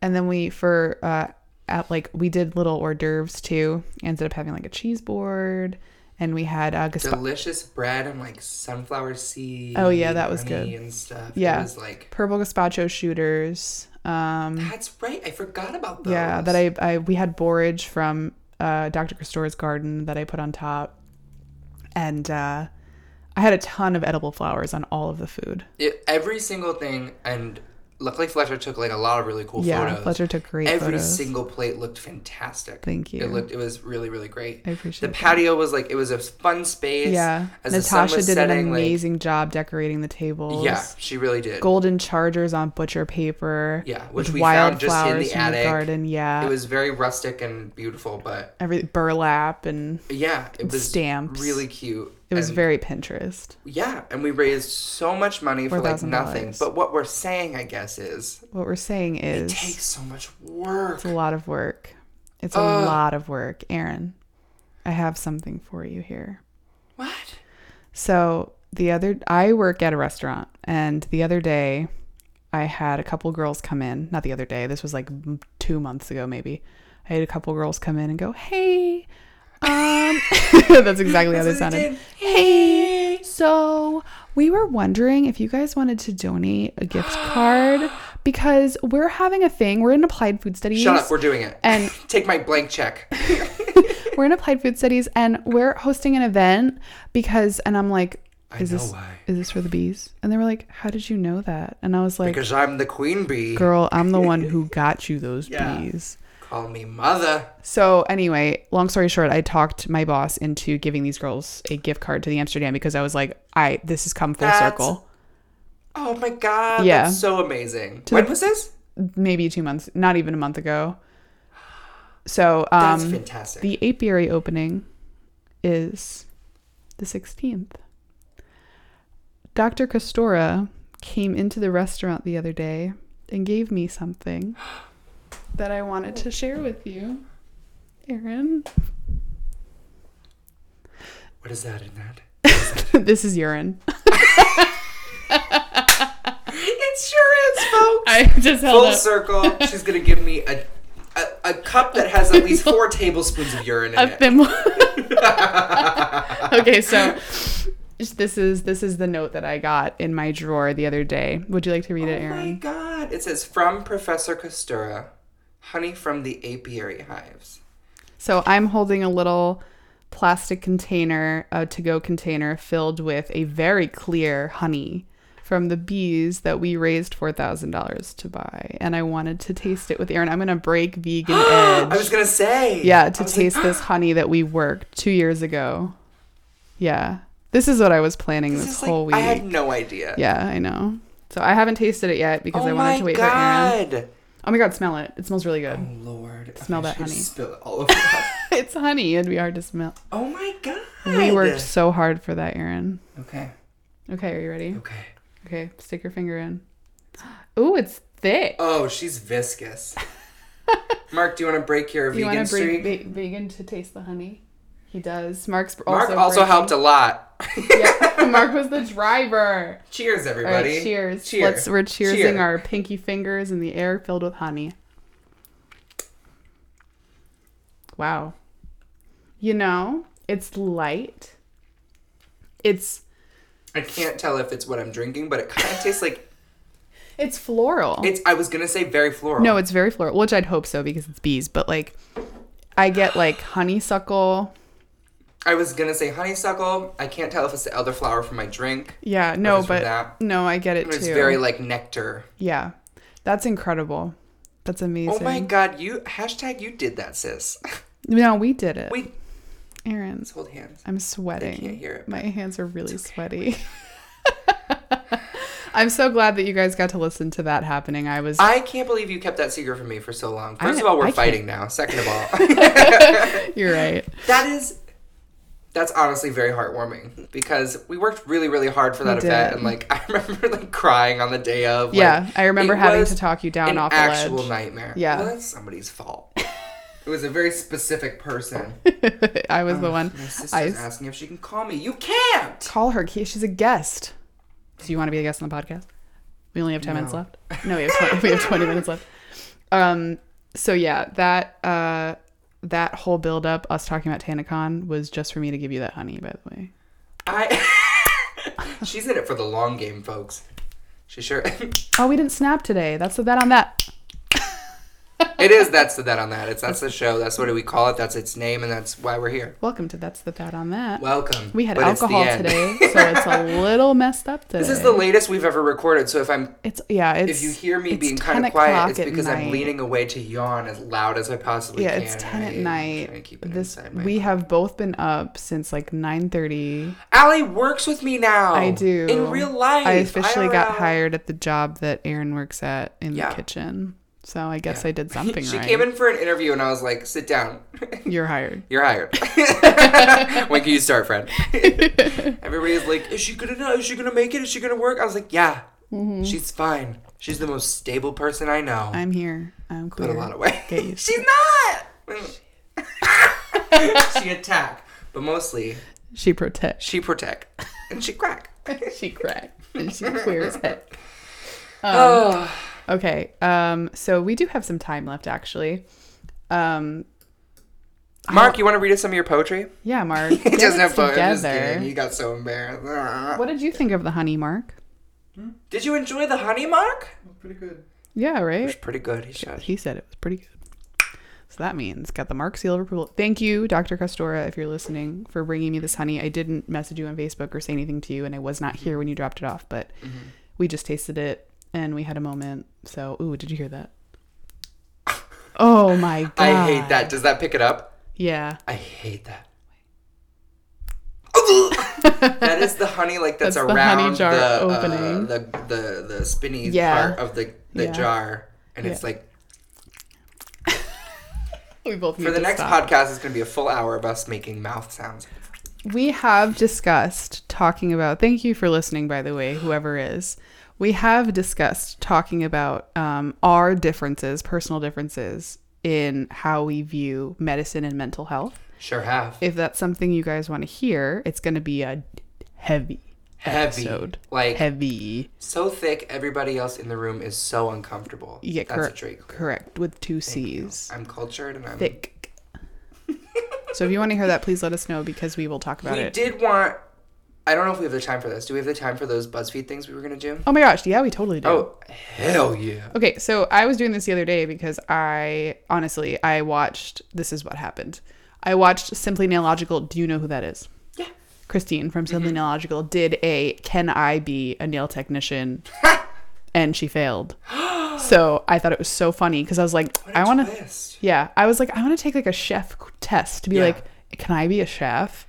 [SPEAKER 2] And then we for uh, at like we did little hors d'oeuvres too. Ended up having like a cheese board, and we had uh, gasp-
[SPEAKER 1] delicious bread and like sunflower seeds.
[SPEAKER 2] Oh, yeah, that was
[SPEAKER 1] honey
[SPEAKER 2] good.
[SPEAKER 1] And stuff.
[SPEAKER 2] Yeah.
[SPEAKER 1] it was like
[SPEAKER 2] purple gazpacho shooters. Um,
[SPEAKER 1] that's right. I forgot about those.
[SPEAKER 2] yeah, that I, I we had borage from uh, Dr. Cristore's garden that I put on top, and uh, I had a ton of edible flowers on all of the food.
[SPEAKER 1] It- every single thing and luckily Fletcher took like a lot of really cool
[SPEAKER 2] yeah,
[SPEAKER 1] photos.
[SPEAKER 2] Fletcher took great
[SPEAKER 1] every
[SPEAKER 2] photos.
[SPEAKER 1] single plate looked fantastic.
[SPEAKER 2] Thank you.
[SPEAKER 1] It looked. It was really really great.
[SPEAKER 2] I
[SPEAKER 1] the
[SPEAKER 2] appreciate. it.
[SPEAKER 1] patio was like it was a fun space.
[SPEAKER 2] yeah,
[SPEAKER 1] as the sun
[SPEAKER 2] Natasha did
[SPEAKER 1] was setting,
[SPEAKER 2] an
[SPEAKER 1] like-
[SPEAKER 2] amazing job decorating the tables.
[SPEAKER 1] yeah, she really did.
[SPEAKER 2] golden chargers on butcher paper.
[SPEAKER 1] Yeah,
[SPEAKER 2] with
[SPEAKER 1] which we
[SPEAKER 2] wild
[SPEAKER 1] found just in
[SPEAKER 2] flowers
[SPEAKER 1] the
[SPEAKER 2] from
[SPEAKER 1] attic.
[SPEAKER 2] garden. Yeah,
[SPEAKER 1] It was very rustic and beautiful, but
[SPEAKER 2] every burlap and
[SPEAKER 1] yeah, it was
[SPEAKER 2] Stamps.
[SPEAKER 1] really cute.
[SPEAKER 2] it was
[SPEAKER 1] and-
[SPEAKER 2] very Pinterest.
[SPEAKER 1] Yeah, and we raised so much money for like
[SPEAKER 2] $4,000.
[SPEAKER 1] nothing. But what we're saying, I guess, is
[SPEAKER 2] What we're saying
[SPEAKER 1] it
[SPEAKER 2] is
[SPEAKER 1] takes so much work.
[SPEAKER 2] It's a lot of work. It's a
[SPEAKER 1] Ugh.
[SPEAKER 2] lot of work. Aaron, I have something for you here.
[SPEAKER 1] What?
[SPEAKER 2] So, the other I work at a restaurant and the other day I had a couple girls come in. Not the other day. This was like m- 2 months ago maybe. I had a couple girls come in and go, "Hey, um that's exactly how they
[SPEAKER 1] That's what they
[SPEAKER 2] sounded. Hey, so we were wondering if you guys wanted to donate a gift card because we're having a thing. We're in applied food studies.
[SPEAKER 1] Shut up, we're doing it.
[SPEAKER 2] And-
[SPEAKER 1] take my blank check.
[SPEAKER 2] we're in applied food studies and we're hosting an event because and i'm like
[SPEAKER 1] I
[SPEAKER 2] is
[SPEAKER 1] know
[SPEAKER 2] this
[SPEAKER 1] why.
[SPEAKER 2] is this for the bees and they were like how did you know that and i was like
[SPEAKER 1] Because I'm the queen bee.
[SPEAKER 2] girl i'm the one who got you those
[SPEAKER 1] Yeah.
[SPEAKER 2] bees
[SPEAKER 1] Call me mother.
[SPEAKER 2] so anyway long story short i talked my boss into giving these girls a gift card to the amsterdam because i was like i this has come full
[SPEAKER 1] That's-
[SPEAKER 2] circle
[SPEAKER 1] Oh my god,
[SPEAKER 2] Yeah.
[SPEAKER 1] that's so amazing. when was this?
[SPEAKER 2] maybe two months not even a month ago So
[SPEAKER 1] That's
[SPEAKER 2] um,
[SPEAKER 1] fantastic.
[SPEAKER 2] the apiary opening is the 16th. Dr. Costora came into the restaurant the other day and gave me something that I wanted to share with you, Aaron.
[SPEAKER 1] what is that in that?
[SPEAKER 2] this is urine.
[SPEAKER 1] It sure is, folks.
[SPEAKER 2] I just held
[SPEAKER 1] Full
[SPEAKER 2] up
[SPEAKER 1] circle. She's gonna give me a, a a cup that has at least four tablespoons of urine in
[SPEAKER 2] a
[SPEAKER 1] it.
[SPEAKER 2] thimble. okay, so this is this is the note that I got in my drawer the other day. Would you like to read it,
[SPEAKER 1] Oh my
[SPEAKER 2] Aaron?
[SPEAKER 1] god. It says from Professor Costura, honey from the apiary hives.
[SPEAKER 2] So I'm holding a little plastic container, a to go container filled with a very clear honey from the bees that we raised $4,000 to buy. And I wanted to taste it with Aaron. I'm going to break vegan
[SPEAKER 1] I
[SPEAKER 2] edge.
[SPEAKER 1] was gonna say.
[SPEAKER 2] Yeah, to
[SPEAKER 1] I was like,
[SPEAKER 2] taste this honey that we worked two years ago. Yeah. This is what I was planning this,
[SPEAKER 1] this is like-
[SPEAKER 2] whole
[SPEAKER 1] I
[SPEAKER 2] week.
[SPEAKER 1] had no idea.
[SPEAKER 2] Yeah, I know. So I haven't tasted it yet because
[SPEAKER 1] Oh
[SPEAKER 2] I
[SPEAKER 1] my
[SPEAKER 2] wanted to wait for Aaron.
[SPEAKER 1] god.
[SPEAKER 2] Oh my god, smell it. It smells really good.
[SPEAKER 1] Oh lord.
[SPEAKER 2] Smell that
[SPEAKER 1] should
[SPEAKER 2] honey.
[SPEAKER 1] Spill it all over. my-
[SPEAKER 2] it's honey. It'd be hard to smell.
[SPEAKER 1] oh my god.
[SPEAKER 2] We worked so hard for that, Aaron.
[SPEAKER 1] Okay.
[SPEAKER 2] Okay, are you ready?
[SPEAKER 1] Okay.
[SPEAKER 2] Okay, stick your finger in. Ooh, it's thick.
[SPEAKER 1] Oh, she's viscous. Mark, do you want to break your
[SPEAKER 2] you
[SPEAKER 1] vegan
[SPEAKER 2] want to bring
[SPEAKER 1] streak?
[SPEAKER 2] ve- vegan to taste the honey? He does. Mark's also
[SPEAKER 1] Mark also helped a lot.
[SPEAKER 2] breaking- yeah, Mark was the driver.
[SPEAKER 1] Cheers,
[SPEAKER 2] All right,
[SPEAKER 1] everybody.
[SPEAKER 2] cheers.
[SPEAKER 1] Cheer.
[SPEAKER 2] Let's we're cheersing
[SPEAKER 1] Cheer.
[SPEAKER 2] our pinky fingers in the air filled with honey. Wow. You know, it's light. It's
[SPEAKER 1] I can't tell if it's what I'm drinking, but it kind of tastes like
[SPEAKER 2] it's floral.
[SPEAKER 1] it's. I was gonna say very floral.
[SPEAKER 2] No, it's very floral, which I'd hope so because it's bees, but like I get like honeysuckle.
[SPEAKER 1] I was gonna say honeysuckle. I can't tell if it's the elderflower from my drink.
[SPEAKER 2] Yeah, no,
[SPEAKER 1] it's from
[SPEAKER 2] but
[SPEAKER 1] that.
[SPEAKER 2] no, I get it
[SPEAKER 1] But It's
[SPEAKER 2] too.
[SPEAKER 1] very like nectar.
[SPEAKER 2] yeah. That's incredible. That's amazing.
[SPEAKER 1] Oh my god, you hashtag you did that, sis.
[SPEAKER 2] No, we did it.
[SPEAKER 1] We
[SPEAKER 2] Aaron,
[SPEAKER 1] let's hold hands.
[SPEAKER 2] I'm sweating.
[SPEAKER 1] can't hear it,
[SPEAKER 2] My hands are really sweaty. I'm so glad that you guys got to listen to that happening. I was
[SPEAKER 1] I can't believe you kept that secret from me for so long. First
[SPEAKER 2] I-
[SPEAKER 1] of all, we're
[SPEAKER 2] I can't-
[SPEAKER 1] fighting now. Second of all,
[SPEAKER 2] You're right.
[SPEAKER 1] that is that's honestly very heartwarming because we worked really, really hard for that
[SPEAKER 2] We
[SPEAKER 1] event,
[SPEAKER 2] did.
[SPEAKER 1] and like I remember like crying on the day of. like,
[SPEAKER 2] yeah, I remember
[SPEAKER 1] it
[SPEAKER 2] having
[SPEAKER 1] was
[SPEAKER 2] to talk you down
[SPEAKER 1] an
[SPEAKER 2] off the
[SPEAKER 1] actual
[SPEAKER 2] ledge.
[SPEAKER 1] nightmare.
[SPEAKER 2] Yeah.
[SPEAKER 1] well, that's somebody's fault. it was a very specific person.
[SPEAKER 2] I was the one.
[SPEAKER 1] Oh, My sister's
[SPEAKER 2] I
[SPEAKER 1] asking if she can call me. You can't.
[SPEAKER 2] call her. Ke- She's a guest. Do you want to be a guest on the podcast? We only have 10 minutes
[SPEAKER 1] No.
[SPEAKER 2] left. No, we have 20, we have 20 minutes left. Um, so yeah, that, uh, that whole build up, us talking about TanaCon was just for me to give you that honey, by the way.
[SPEAKER 1] I. She's in it for the long game, folks. She sure. it
[SPEAKER 2] Oh, we didn't snap today. That's the that on that.
[SPEAKER 1] is. That's the that on that. It's that's the show. That's what we call it. That's its name, and that's why we're here.
[SPEAKER 2] Welcome to that's the that on that.
[SPEAKER 1] Welcome.
[SPEAKER 2] we had
[SPEAKER 1] but it's the
[SPEAKER 2] alcohol
[SPEAKER 1] end.
[SPEAKER 2] today, so it's a little messed up today.
[SPEAKER 1] This is the latest we've ever recorded. So if I'm
[SPEAKER 2] It's yeah. It's
[SPEAKER 1] if you hear me
[SPEAKER 2] it's
[SPEAKER 1] being kind
[SPEAKER 2] 10
[SPEAKER 1] of quiet,
[SPEAKER 2] o'clock
[SPEAKER 1] it's
[SPEAKER 2] at
[SPEAKER 1] because I'm
[SPEAKER 2] night.
[SPEAKER 1] leaning away to yawn as loud as I possibly
[SPEAKER 2] Yeah,
[SPEAKER 1] can.
[SPEAKER 2] it's ten at
[SPEAKER 1] and I'm
[SPEAKER 2] night.
[SPEAKER 1] trying to keep it
[SPEAKER 2] This
[SPEAKER 1] inside my-
[SPEAKER 2] we have both been up since like nine thirty.
[SPEAKER 1] Allie works with me now.
[SPEAKER 2] I do.
[SPEAKER 1] Oh, In real life.
[SPEAKER 2] I officially got
[SPEAKER 1] IRL.
[SPEAKER 2] hired at the job that Aaron works at in
[SPEAKER 1] Yeah.
[SPEAKER 2] the kitchen. So I guess
[SPEAKER 1] Yeah.
[SPEAKER 2] I did something
[SPEAKER 1] she
[SPEAKER 2] right.
[SPEAKER 1] came in for an interview and I was like, sit down.
[SPEAKER 2] You're hired.
[SPEAKER 1] You're hired. when can you start, friend? Everybody's like, is she gonna know? Is she gonna make it? Is she gonna work? I was like, yeah.
[SPEAKER 2] Mm-hmm.
[SPEAKER 1] She's fine. She's the most stable person I know.
[SPEAKER 2] I'm here. I'm clear.
[SPEAKER 1] Put a lot away.
[SPEAKER 2] Get used
[SPEAKER 1] She's not. she attack, but mostly
[SPEAKER 2] She protects.
[SPEAKER 1] she protect and she crack.
[SPEAKER 2] she cracked. And she queer as heck.
[SPEAKER 1] oh,
[SPEAKER 2] Okay. Um. So we do have some time left, actually. Um.
[SPEAKER 1] Mark, you want to read us some of your poetry?
[SPEAKER 2] Yeah, Mark. Get
[SPEAKER 1] He doesn't
[SPEAKER 2] it
[SPEAKER 1] have poetry. I'm just
[SPEAKER 2] together.
[SPEAKER 1] kidding. You got so embarrassed.
[SPEAKER 2] What did you think of the honey, Mark?
[SPEAKER 1] Did you enjoy the honey, Mark?
[SPEAKER 3] Pretty good.
[SPEAKER 2] Yeah,
[SPEAKER 1] It was
[SPEAKER 2] right.
[SPEAKER 1] pretty good. He shot.
[SPEAKER 2] He said it was pretty good. So that means got the Mark seal of approval. Thank you, Dr. Castora, if you're listening, for bringing me this honey. I didn't message you on Facebook or say anything to you, and I was not here when you dropped it off, but we just tasted it and we had a moment. So, ooh, did you hear that? Oh my god!
[SPEAKER 1] I hate that. Does that pick it up?
[SPEAKER 2] Yeah,
[SPEAKER 1] I hate that. that is the honey like that's,
[SPEAKER 2] That's the
[SPEAKER 1] around
[SPEAKER 2] honey jar
[SPEAKER 1] the,
[SPEAKER 2] opening.
[SPEAKER 1] Uh, the the the spinny
[SPEAKER 2] Yeah.
[SPEAKER 1] part of the the
[SPEAKER 2] Yeah.
[SPEAKER 1] jar, and it's
[SPEAKER 2] Yeah.
[SPEAKER 1] like
[SPEAKER 2] we both need
[SPEAKER 1] For the
[SPEAKER 2] to
[SPEAKER 1] next
[SPEAKER 2] stop.
[SPEAKER 1] podcast, it's going to be a full hour of us making mouth sounds.
[SPEAKER 2] we have discussed talking about thank you for listening by the way whoever is we have discussed talking about um, our differences personal differences in how we view medicine and mental health
[SPEAKER 1] Sure have.
[SPEAKER 2] if that's something you guys want to hear it's going to be a heavy
[SPEAKER 1] Heavy.
[SPEAKER 2] episode
[SPEAKER 1] Like,
[SPEAKER 2] heavy
[SPEAKER 1] so thick, everybody else in the room is so uncomfortable.
[SPEAKER 2] yeah
[SPEAKER 1] That's a
[SPEAKER 2] correct
[SPEAKER 1] Drake. lyric.
[SPEAKER 2] correct with two c's
[SPEAKER 1] I'm cultured and I'm.
[SPEAKER 2] thick so if you want to hear that please let us know because we will talk about
[SPEAKER 1] We
[SPEAKER 2] it
[SPEAKER 1] did want. I don't know if we have the time for this. Do we have the time for those BuzzFeed things we were going to do?
[SPEAKER 2] oh my gosh yeah we totally do
[SPEAKER 1] Oh, hell yeah.
[SPEAKER 2] Okay, so I was doing this the other day because I honestly I watched this is what happened. I watched Simply Neological. Do you know who that is?
[SPEAKER 1] Yeah.
[SPEAKER 2] Christine from Simply Neological did a can I be a nail technician and she failed. so I thought it was so funny because I was like, I wanna
[SPEAKER 1] Twist.
[SPEAKER 2] Yeah. I was like, I wanna take like a chef qu- test to be
[SPEAKER 1] Yeah.
[SPEAKER 2] like, can I be a chef?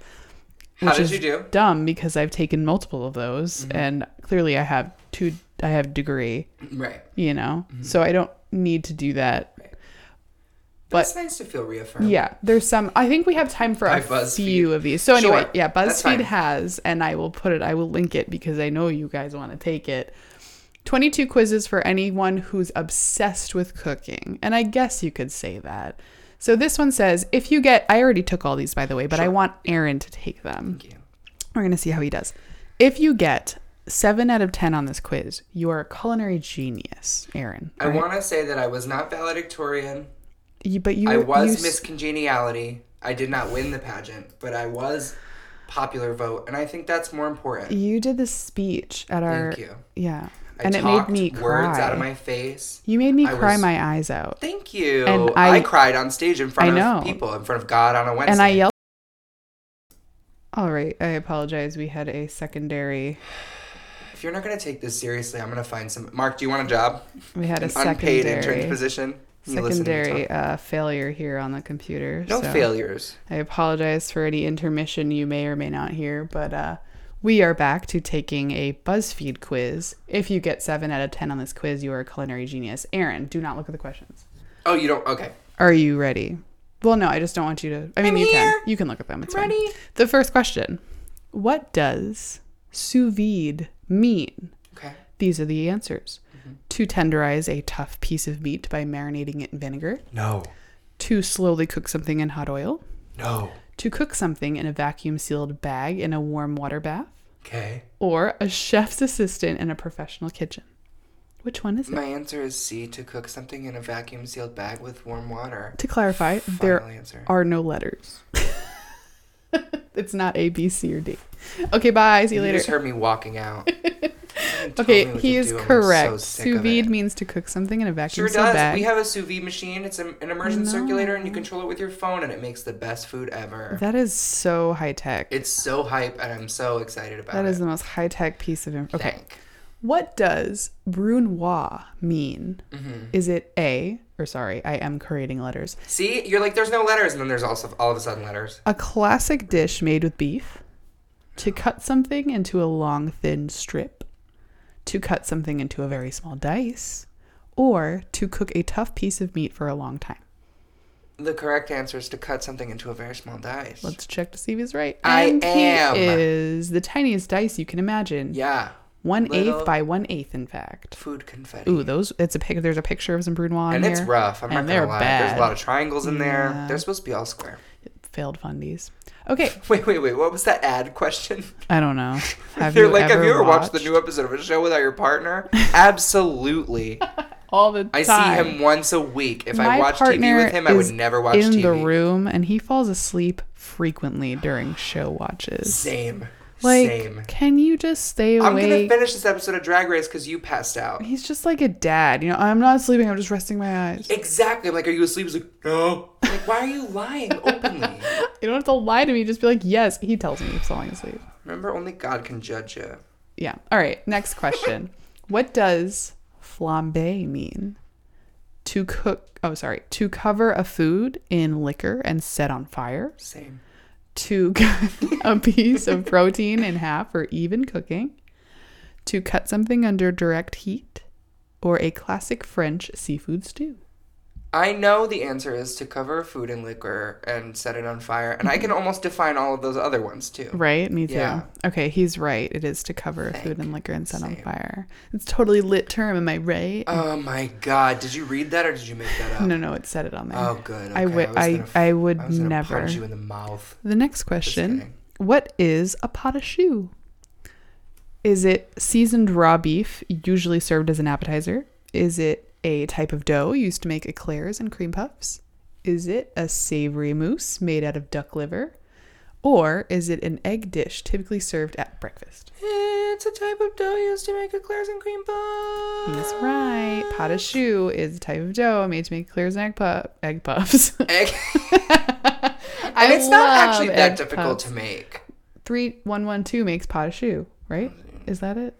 [SPEAKER 1] How
[SPEAKER 2] Which
[SPEAKER 1] did
[SPEAKER 2] is
[SPEAKER 1] you do? Mm-hmm.
[SPEAKER 2] Dumb because I've taken multiple of those and clearly I have two I have degree
[SPEAKER 1] Right.
[SPEAKER 2] you know
[SPEAKER 1] Mm-hmm.
[SPEAKER 2] so i don't need to do that
[SPEAKER 1] But it's nice to feel reaffirmed.
[SPEAKER 2] yeah there's some i think we have time for
[SPEAKER 1] By
[SPEAKER 2] a
[SPEAKER 1] BuzzFeed.
[SPEAKER 2] few of these so anyway
[SPEAKER 1] Sure,
[SPEAKER 2] yeah
[SPEAKER 1] that's fine.
[SPEAKER 2] buzzfeed has and i will put it i will link it because i know you guys want to take it 22 quizzes for anyone who's obsessed with cooking and i guess you could say that so this one says if you get i already took all these by the way but i want aaron to take them
[SPEAKER 1] Thank you.
[SPEAKER 2] we're going to see how he does if you get 7 out of 10 on this quiz you are a culinary genius aaron
[SPEAKER 1] I want to say that I was not valedictorian.
[SPEAKER 2] You, but you,
[SPEAKER 1] I
[SPEAKER 2] you
[SPEAKER 1] was
[SPEAKER 2] s-
[SPEAKER 1] Miss Congeniality. I did not win the pageant, but I was popular vote, and I think that's more important.
[SPEAKER 2] You did this speech at our
[SPEAKER 1] Thank you.
[SPEAKER 2] yeah,
[SPEAKER 1] I
[SPEAKER 2] and it made
[SPEAKER 1] talked
[SPEAKER 2] me cry.
[SPEAKER 1] words out of my face.
[SPEAKER 2] you made me
[SPEAKER 1] I
[SPEAKER 2] cry
[SPEAKER 1] was-
[SPEAKER 2] my eyes out,
[SPEAKER 1] Thank you.
[SPEAKER 2] And
[SPEAKER 1] I,
[SPEAKER 2] I-
[SPEAKER 1] cried on stage in front
[SPEAKER 2] I
[SPEAKER 1] of
[SPEAKER 2] know.
[SPEAKER 1] people, in front of God on a Wednesday.
[SPEAKER 2] and I yelled. All right, I apologize. We had a secondary. uh,
[SPEAKER 1] If you're not going to take this seriously, I'm going to find some. Mark, do you want a job?
[SPEAKER 2] We had a
[SPEAKER 1] An unpaid intern
[SPEAKER 2] secondary
[SPEAKER 1] position? Can you listen to me
[SPEAKER 2] secondary
[SPEAKER 1] talk?
[SPEAKER 2] uh, failure here on the computer.
[SPEAKER 1] No
[SPEAKER 2] so
[SPEAKER 1] failures.
[SPEAKER 2] I apologize for any intermission you may or may not hear, but uh, we are back to taking a BuzzFeed quiz. If you get seven out of ten on this quiz, you are a culinary genius. Aaron, do not look at the questions.
[SPEAKER 1] Oh, you don't? Okay.
[SPEAKER 2] Are you ready? Well, no, I just don't want you to. I mean,
[SPEAKER 1] I'm
[SPEAKER 2] you
[SPEAKER 1] here.
[SPEAKER 2] can. You can look at them. It's
[SPEAKER 1] Ready?
[SPEAKER 2] Fine. The first question: What does sous vide mean?
[SPEAKER 1] Okay.
[SPEAKER 2] These are the answers:
[SPEAKER 1] Mm-hmm.
[SPEAKER 2] to tenderize a tough piece of meat by marinating it in vinegar,
[SPEAKER 1] No.
[SPEAKER 2] to slowly cook something in hot oil,
[SPEAKER 1] No.
[SPEAKER 2] to cook something in a vacuum-sealed bag in a warm water bath,
[SPEAKER 1] Okay.
[SPEAKER 2] or a chef's assistant in a professional kitchen. Which one is it?
[SPEAKER 1] My answer is C to cook something in a vacuum sealed bag with warm water.
[SPEAKER 2] To clarify,
[SPEAKER 1] Final
[SPEAKER 2] there
[SPEAKER 1] answer.
[SPEAKER 2] are no letters. it's not A, B, C, or D. Okay, bye. See you
[SPEAKER 1] You
[SPEAKER 2] later.
[SPEAKER 1] just heard me walking out.
[SPEAKER 2] okay, he is correct.
[SPEAKER 1] Sous
[SPEAKER 2] Sous vide means to cook something in a vacuum
[SPEAKER 1] Sure
[SPEAKER 2] sealed
[SPEAKER 1] does.
[SPEAKER 2] bag.
[SPEAKER 1] We have a sous vide machine. It's an, an immersion circulator, and you control it with your phone, and it makes the best food ever.
[SPEAKER 2] that is so high tech.
[SPEAKER 1] it's so hype, and I'm so excited about
[SPEAKER 2] that
[SPEAKER 1] it.
[SPEAKER 2] is the most high tech piece of information. Okay.
[SPEAKER 1] Thank.
[SPEAKER 2] What does brunoise mean?
[SPEAKER 1] Mm-hmm.
[SPEAKER 2] Is it A, or sorry, I am creating letters,
[SPEAKER 1] See, you're like, there's no letters, and then there's also all of a sudden letters.
[SPEAKER 2] a classic dish made with beef, to cut something into a long, thin strip, to cut something into a very small dice, or to cook a tough piece of meat for a long time.
[SPEAKER 1] The correct answer is to cut something into a very small dice.
[SPEAKER 2] Let's check to see if he's right.
[SPEAKER 1] I
[SPEAKER 2] and
[SPEAKER 1] am.
[SPEAKER 2] He is the tiniest dice you can imagine.
[SPEAKER 1] yeah,
[SPEAKER 2] One
[SPEAKER 1] Little-
[SPEAKER 2] eighth by one eighth, in fact.
[SPEAKER 1] food confetti.
[SPEAKER 2] Ooh, those. It's a pic. There's a picture of some brunoise.
[SPEAKER 1] and
[SPEAKER 2] on
[SPEAKER 1] it's
[SPEAKER 2] here.
[SPEAKER 1] rough. I'm
[SPEAKER 2] and
[SPEAKER 1] not gonna
[SPEAKER 2] they're
[SPEAKER 1] lie.
[SPEAKER 2] Bad.
[SPEAKER 1] There's a lot of triangles in there.
[SPEAKER 2] Yeah.
[SPEAKER 1] They're supposed to be all square.
[SPEAKER 2] failed fundies. Okay,
[SPEAKER 1] Wait, wait, wait. What was that ad question?
[SPEAKER 2] I don't know. Have
[SPEAKER 1] They're
[SPEAKER 2] you
[SPEAKER 1] like,
[SPEAKER 2] ever
[SPEAKER 1] have you ever watched? the
[SPEAKER 2] watched
[SPEAKER 1] new episode of a show without your partner? Absolutely.
[SPEAKER 2] all the time?
[SPEAKER 1] I see him once a week. If I watch TV with him, I would
[SPEAKER 2] is
[SPEAKER 1] never watch
[SPEAKER 2] in
[SPEAKER 1] TV.
[SPEAKER 2] the room, and he falls asleep frequently during show watches.
[SPEAKER 1] Same.
[SPEAKER 2] like,
[SPEAKER 1] Same.
[SPEAKER 2] can you just stay
[SPEAKER 1] I'm gonna
[SPEAKER 2] awake?
[SPEAKER 1] finish this episode of Drag Race because you passed out.
[SPEAKER 2] He's just like a dad, you know. I'm not sleeping. I'm just resting my eyes.
[SPEAKER 1] Exactly. I'm like, are you asleep? He's like, no. I'm like, why are you lying openly?
[SPEAKER 2] You don't have to lie to me. Just be like, yes. He tells me he's falling asleep.
[SPEAKER 1] Remember, only God can judge you.
[SPEAKER 2] Yeah. All right. Next question. what does flambe mean? To cook. Oh, sorry. To cover a food in liquor and set on fire.
[SPEAKER 1] Same.
[SPEAKER 2] to cut a piece of protein in half or even cooking, to cut something under direct heat, or a classic French seafood stew.
[SPEAKER 1] I know the answer is to cover food in liquor and set it on fire, and I can almost define all of those other ones too.
[SPEAKER 2] Mm-hmm. Right? Me too.
[SPEAKER 1] Yeah.
[SPEAKER 2] Okay, he's right. It is to cover food and liquor and set on
[SPEAKER 1] Same.
[SPEAKER 2] fire. It's a totally lit term, am I right?
[SPEAKER 1] Oh my god, did you read that or did you make that up?
[SPEAKER 2] no, no, it said it on there.
[SPEAKER 1] Oh, good.
[SPEAKER 2] I
[SPEAKER 1] okay,
[SPEAKER 2] would
[SPEAKER 1] was
[SPEAKER 2] I,
[SPEAKER 1] gonna f-
[SPEAKER 2] I would
[SPEAKER 1] I was gonna
[SPEAKER 2] never.
[SPEAKER 1] punch you in the mouth.
[SPEAKER 2] The next
[SPEAKER 1] kidding.
[SPEAKER 2] question. What is a pot of choux? Is it seasoned raw beef, usually served as an appetizer? Is it a type of dough used to make eclairs and cream puffs? Is it a savory mousse made out of duck liver? Or is it an egg dish typically served at breakfast?
[SPEAKER 1] It's a type of dough used to make eclairs and cream puffs.
[SPEAKER 2] That's right. Pot of choux is a type of dough made to make eclairs and egg, puff, egg puffs.
[SPEAKER 1] Egg. and
[SPEAKER 2] I
[SPEAKER 1] it's not actually
[SPEAKER 2] love
[SPEAKER 1] that
[SPEAKER 2] egg
[SPEAKER 1] difficult
[SPEAKER 2] puffs.
[SPEAKER 1] to make.
[SPEAKER 2] Three one one two makes pot of shoe, right?
[SPEAKER 1] Mm-hmm.
[SPEAKER 2] Is that it?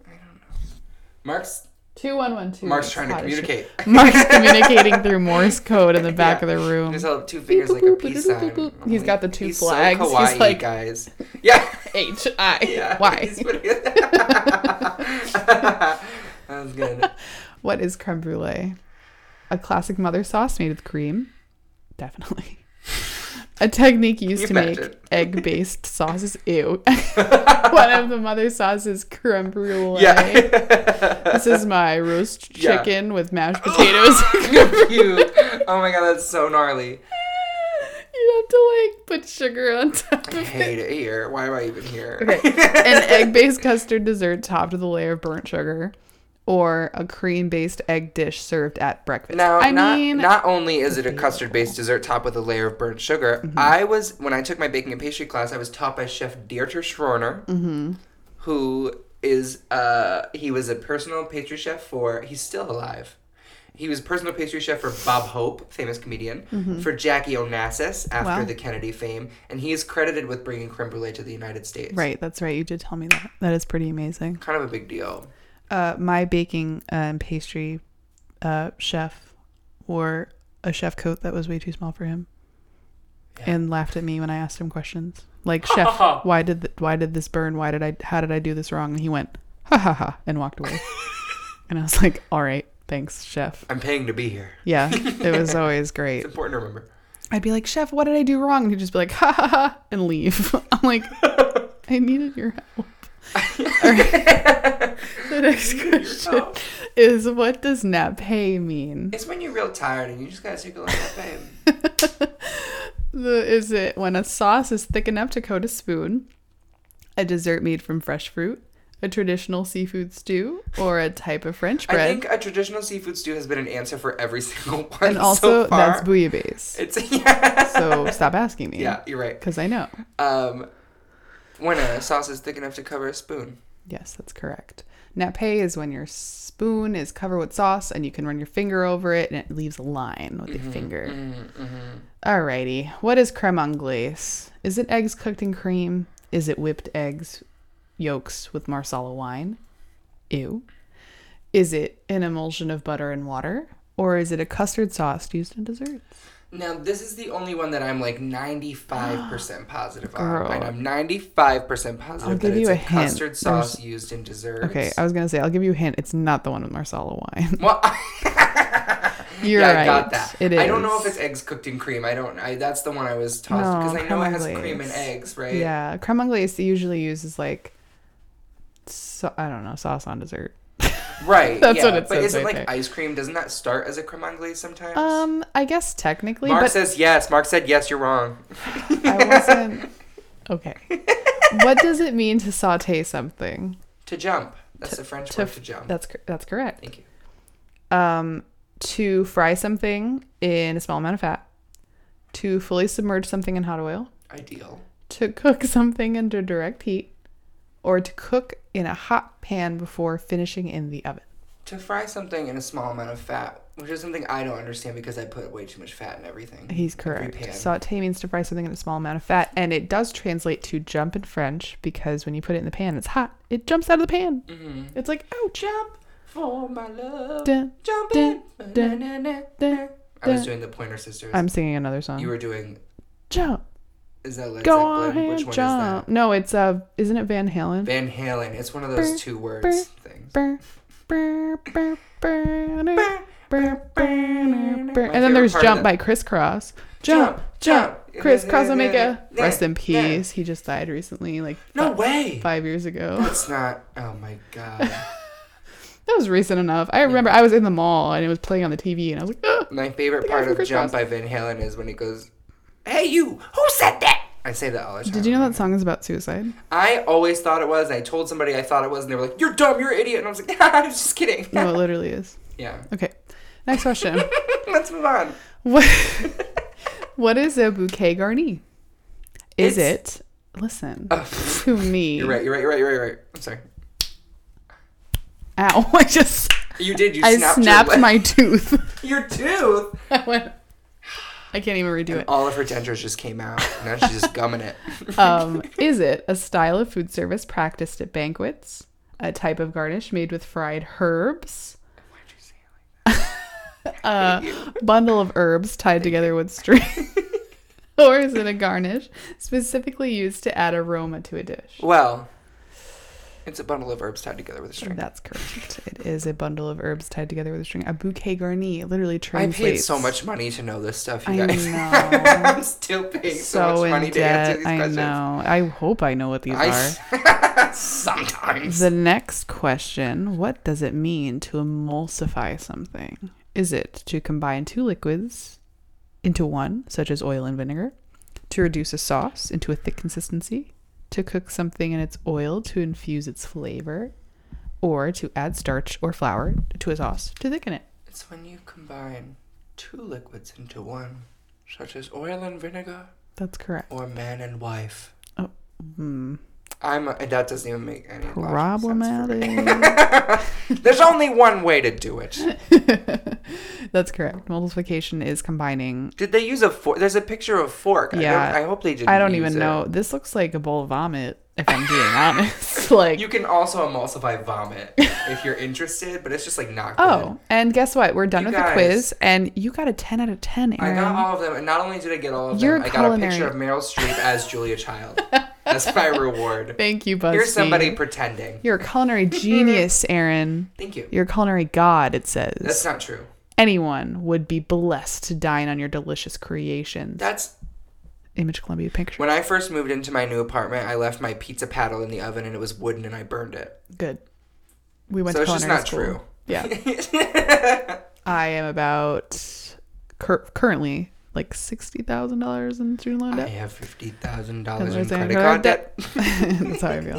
[SPEAKER 1] Mark's
[SPEAKER 2] Two one one two.
[SPEAKER 1] Mark's
[SPEAKER 2] makes
[SPEAKER 1] trying to
[SPEAKER 2] pot of shoe.
[SPEAKER 1] communicate.
[SPEAKER 2] Mark's communicating through Morse code in the back of the room.
[SPEAKER 1] He's all two fingers
[SPEAKER 2] Beep,
[SPEAKER 1] like a
[SPEAKER 2] boop,
[SPEAKER 1] peace
[SPEAKER 2] boop,
[SPEAKER 1] sign.
[SPEAKER 2] boop, boop.
[SPEAKER 1] I'm
[SPEAKER 2] Um, He's
[SPEAKER 1] like,
[SPEAKER 2] got the two
[SPEAKER 1] he's so
[SPEAKER 2] flags. He's
[SPEAKER 1] kawaii,
[SPEAKER 2] like-
[SPEAKER 1] guys. Yeah.
[SPEAKER 2] H I
[SPEAKER 1] yeah.
[SPEAKER 2] Y.
[SPEAKER 1] He's pretty- that was good.
[SPEAKER 2] What is creme brulee? A classic mother sauce made with cream, definitely. A technique used
[SPEAKER 1] you
[SPEAKER 2] to make
[SPEAKER 1] imagine?
[SPEAKER 2] egg-based sauces. Ew. One of the mother sauces, creme brulee.
[SPEAKER 1] Yeah.
[SPEAKER 2] This is my roast
[SPEAKER 1] Yeah.
[SPEAKER 2] chicken with mashed potatoes.
[SPEAKER 1] You. Oh my god, that's so gnarly.
[SPEAKER 2] You have to like put sugar on top
[SPEAKER 1] I
[SPEAKER 2] of
[SPEAKER 1] hate it here. Why am I even here?
[SPEAKER 2] Okay. An egg based custard dessert topped with a layer of burnt sugar or a cream based egg dish served at breakfast.
[SPEAKER 1] Now,
[SPEAKER 2] I
[SPEAKER 1] not,
[SPEAKER 2] mean,
[SPEAKER 1] not only is it a custard based dessert topped with a layer of burnt sugar,
[SPEAKER 2] Mm-hmm.
[SPEAKER 1] I was, when I took my baking and pastry class, I was taught by Chef Dieter Schroner,
[SPEAKER 2] Mm-hmm.
[SPEAKER 1] who is, uh, he was a personal pastry chef for, he's still alive. He was personal pastry chef for Bob Hope, famous comedian, for Jackie Onassis after
[SPEAKER 2] Mm-hmm. Wow.
[SPEAKER 1] the Kennedy fame, and he is credited with bringing creme brulee to the United States.
[SPEAKER 2] right, that's right. You did tell me that. That is pretty amazing.
[SPEAKER 1] Kind of a big deal.
[SPEAKER 2] Uh, my baking uh, and pastry uh, chef wore a chef coat that was way too small for him and laughed at me when I asked him questions. Like,
[SPEAKER 1] Oh.
[SPEAKER 2] chef, why did th- why did this burn? Why did I how did I do this wrong? And he went, ha ha ha, and walked away. and I was like, all right, thanks, chef.
[SPEAKER 1] I'm paying to be here.
[SPEAKER 2] Yeah, it was always great.
[SPEAKER 1] It's important to remember.
[SPEAKER 2] I'd be like, Chef, what did I do wrong? And he'd just be like, ha ha ha, and leave. I'm like, I needed your help. All right. The next question
[SPEAKER 1] Oh.
[SPEAKER 2] is what does nappe mean?
[SPEAKER 1] It's when you're real tired and you just gotta take a little babe.
[SPEAKER 2] The, is it when a sauce is thick enough to coat a spoon, a dessert made from fresh fruit, a traditional seafood stew, or a type of French
[SPEAKER 1] I
[SPEAKER 2] bread?
[SPEAKER 1] think a traditional seafood stew has been an answer for every single one.
[SPEAKER 2] and also,
[SPEAKER 1] so far.
[SPEAKER 2] that's bouillabaisse.
[SPEAKER 1] it's yeah,
[SPEAKER 2] so stop asking me.
[SPEAKER 1] yeah, you're right.
[SPEAKER 2] Because I know.
[SPEAKER 1] Um, when a sauce is thick enough to cover a spoon.
[SPEAKER 2] Yes, that's correct. Nappe is when your spoon is covered with sauce and you can run your finger over it and it leaves a line with
[SPEAKER 1] Mm-hmm,
[SPEAKER 2] your finger. Alrighty. What is creme anglaise? Is it eggs cooked in cream? Is it whipped eggs, yolks with marsala wine? Ew. Is it an emulsion of butter and water? Or is it a custard sauce used in desserts?
[SPEAKER 1] Now this is the only one that I'm like 95 percent positive
[SPEAKER 2] Girl.
[SPEAKER 1] on, and I'm 95 percent positive
[SPEAKER 2] I'll
[SPEAKER 1] that
[SPEAKER 2] give
[SPEAKER 1] it's
[SPEAKER 2] you
[SPEAKER 1] a,
[SPEAKER 2] a hint.
[SPEAKER 1] custard sauce used in desserts.
[SPEAKER 2] Okay, I was gonna say, I'll give you a hint. It's not the one with marsala wine.
[SPEAKER 1] Well,
[SPEAKER 2] You're
[SPEAKER 1] yeah,
[SPEAKER 2] right.
[SPEAKER 1] I got that.
[SPEAKER 2] It is.
[SPEAKER 1] I don't know if it's eggs cooked in cream. I don't. I that's the one I was tossed because
[SPEAKER 2] No,
[SPEAKER 1] I know it has
[SPEAKER 2] creme
[SPEAKER 1] cream and
[SPEAKER 2] anglaise.
[SPEAKER 1] eggs, right?
[SPEAKER 2] Yeah, creme anglaise they usually uses like, so, I don't know, sauce on dessert.
[SPEAKER 1] Right.
[SPEAKER 2] That's
[SPEAKER 1] yeah.
[SPEAKER 2] what it
[SPEAKER 1] but
[SPEAKER 2] says
[SPEAKER 1] isn't
[SPEAKER 2] right
[SPEAKER 1] like
[SPEAKER 2] there.
[SPEAKER 1] ice cream? Doesn't that start as a creme anglaise sometimes?
[SPEAKER 2] Um, I guess technically,
[SPEAKER 1] Mark
[SPEAKER 2] but
[SPEAKER 1] says yes. Mark said yes. You're wrong.
[SPEAKER 2] I wasn't. Okay. what does it mean to saute something?
[SPEAKER 1] To jump. That's the French
[SPEAKER 2] to
[SPEAKER 1] word to jump.
[SPEAKER 2] That's cor- that's correct.
[SPEAKER 1] Thank you.
[SPEAKER 2] Um, to fry something in a small amount of fat, to fully submerge something in hot oil,
[SPEAKER 1] Ideal.
[SPEAKER 2] to cook something under direct heat, or to cook in a hot pan before finishing in the oven.
[SPEAKER 1] To fry something in a small amount of fat, which is something I don't understand because I put way too much fat in everything.
[SPEAKER 2] He's
[SPEAKER 1] pan.
[SPEAKER 2] correct. Saute means to fry something in a small amount of fat, and it does translate to jump in French because when you put it in the pan, it's hot. It jumps out of the pan. It's like ouch.
[SPEAKER 1] Mm-hmm. Jump for my love.
[SPEAKER 2] Dun,
[SPEAKER 1] jump
[SPEAKER 2] dun,
[SPEAKER 1] in.
[SPEAKER 2] dun,
[SPEAKER 1] Na, na, na, na.
[SPEAKER 2] dun,
[SPEAKER 1] I was
[SPEAKER 2] dun.
[SPEAKER 1] doing the Pointer Sisters.
[SPEAKER 2] I'm singing another song.
[SPEAKER 1] you were doing.
[SPEAKER 2] jump,
[SPEAKER 1] Is that Led
[SPEAKER 2] go
[SPEAKER 1] Zeppelin?
[SPEAKER 2] on
[SPEAKER 1] Which
[SPEAKER 2] and
[SPEAKER 1] one
[SPEAKER 2] jump.
[SPEAKER 1] is
[SPEAKER 2] No, it's uh, isn't it Van
[SPEAKER 1] that?
[SPEAKER 2] Halen?
[SPEAKER 1] Van Halen. It's one of those two words things.
[SPEAKER 2] Brr, brr, brr, brr, brr. And
[SPEAKER 1] My
[SPEAKER 2] then
[SPEAKER 1] favorite
[SPEAKER 2] there's
[SPEAKER 1] part
[SPEAKER 2] Jump
[SPEAKER 1] of
[SPEAKER 2] by Crisscross. Jump, jump,
[SPEAKER 1] jump.
[SPEAKER 2] Crisscross Omega.
[SPEAKER 1] Yeah,
[SPEAKER 2] Rest in
[SPEAKER 1] yeah.
[SPEAKER 2] peace. He just died recently, like
[SPEAKER 1] No
[SPEAKER 2] fi-
[SPEAKER 1] way.
[SPEAKER 2] five years ago.
[SPEAKER 1] It's not. Oh my god.
[SPEAKER 2] That was recent enough. I remember I was in the mall and it was playing on the TV, and I was like, "Ugh."
[SPEAKER 1] My favorite
[SPEAKER 2] The guy
[SPEAKER 1] part
[SPEAKER 2] from
[SPEAKER 1] of
[SPEAKER 2] Chris
[SPEAKER 1] Jump
[SPEAKER 2] Cross.
[SPEAKER 1] by Van Halen is when he goes, "Hey, you! Who said that?" I say that all the time.
[SPEAKER 2] Did you know that song is about suicide?
[SPEAKER 1] I always thought it was. I told somebody I thought it was, and they were like, "You're dumb. You're an idiot." And I was like, "I was just kidding."
[SPEAKER 2] No, it literally is.
[SPEAKER 1] yeah.
[SPEAKER 2] Okay. Next question.
[SPEAKER 1] Let's move on.
[SPEAKER 2] What What is a bouquet garni? Is
[SPEAKER 1] It's-
[SPEAKER 2] it listen
[SPEAKER 1] Oh,
[SPEAKER 2] to me?
[SPEAKER 1] you're right. You're right. You're right. You're right. You're right. I'm sorry.
[SPEAKER 2] Ow! I just
[SPEAKER 1] You did. You
[SPEAKER 2] I
[SPEAKER 1] snapped, your
[SPEAKER 2] snapped
[SPEAKER 1] lip-
[SPEAKER 2] my tooth.
[SPEAKER 1] your tooth.
[SPEAKER 2] I went. I can't even redo it.
[SPEAKER 1] All of her dentures just came out. Now she's just gumming it.
[SPEAKER 2] Um, is it a style of food service practiced at banquets? A type of garnish made with fried herbs?
[SPEAKER 1] Why'd you say it
[SPEAKER 2] A bundle of herbs tied together with string? or is it a garnish specifically used to add aroma to a dish?
[SPEAKER 1] like- Well, it's a bundle of herbs tied together with a string.
[SPEAKER 2] That's correct. It is a bundle of herbs tied together with a string. A bouquet garni it literally
[SPEAKER 1] I
[SPEAKER 2] translates.
[SPEAKER 1] paid so much money to know this stuff, you
[SPEAKER 2] I
[SPEAKER 1] guys.
[SPEAKER 2] know.
[SPEAKER 1] I'm still paying so,
[SPEAKER 2] So,
[SPEAKER 1] much
[SPEAKER 2] in
[SPEAKER 1] money to answer
[SPEAKER 2] debt.
[SPEAKER 1] these
[SPEAKER 2] I
[SPEAKER 1] questions.
[SPEAKER 2] know. I hope I know what these
[SPEAKER 1] I
[SPEAKER 2] are.
[SPEAKER 1] s- sometimes.
[SPEAKER 2] The next question What does it mean to emulsify something? Is it to combine two liquids into one, such as oil and vinegar? To reduce a sauce into a thick consistency? To cook something in its oil to infuse its flavor? Or to add starch or flour to a sauce to thicken it?
[SPEAKER 1] It's when you combine two liquids into one, such as oil and vinegar
[SPEAKER 2] That's correct.
[SPEAKER 1] or man and wife.
[SPEAKER 2] Oh, hmm.
[SPEAKER 1] I'm and that doesn't even make any logical sense for me.
[SPEAKER 2] Problematic.
[SPEAKER 1] There's only one way to do it.
[SPEAKER 2] That's correct. Multiplication is combining
[SPEAKER 1] Did they use a fork? There's a picture of fork. I,
[SPEAKER 2] Yeah.
[SPEAKER 1] don't, I hope they didn't.
[SPEAKER 2] I don't
[SPEAKER 1] use
[SPEAKER 2] even
[SPEAKER 1] it.
[SPEAKER 2] know. This looks like a bowl of vomit, if I'm being honest. like,
[SPEAKER 1] You can also emulsify vomit if you're interested, but it's just like not good.
[SPEAKER 2] oh, and guess what? We're done
[SPEAKER 1] You
[SPEAKER 2] with
[SPEAKER 1] guys-
[SPEAKER 2] the quiz, and you got a 10 out of 10,
[SPEAKER 1] I
[SPEAKER 2] Aaron.
[SPEAKER 1] got all of them, and not only did I get all of
[SPEAKER 2] You're
[SPEAKER 1] them, I got a picture
[SPEAKER 2] culinary.
[SPEAKER 1] of Meryl Streep as Julia Child. That's my reward.
[SPEAKER 2] Thank you, BuzzFeed.
[SPEAKER 1] Here's somebody pretending.
[SPEAKER 2] You're a culinary genius, Aaron.
[SPEAKER 1] Thank you.
[SPEAKER 2] You're a culinary god, it says.
[SPEAKER 1] That's not true.
[SPEAKER 2] Anyone would be blessed to dine on your delicious creations.
[SPEAKER 1] That's
[SPEAKER 2] Image Columbia picture.
[SPEAKER 1] when I first moved into my new apartment. I left my pizza paddle in the oven, and it was wooden, and I burned it.
[SPEAKER 2] Good. We went
[SPEAKER 1] So
[SPEAKER 2] to
[SPEAKER 1] it's just
[SPEAKER 2] culinary
[SPEAKER 1] not
[SPEAKER 2] school.
[SPEAKER 1] true.
[SPEAKER 2] Yeah. I am about cur- currently like $60,000 in student loan
[SPEAKER 1] I
[SPEAKER 2] debt.
[SPEAKER 1] have fifty thousand
[SPEAKER 2] That's
[SPEAKER 1] dollars
[SPEAKER 2] what
[SPEAKER 1] in
[SPEAKER 2] I'm saying.
[SPEAKER 1] credit card debt.
[SPEAKER 2] That's how I feel.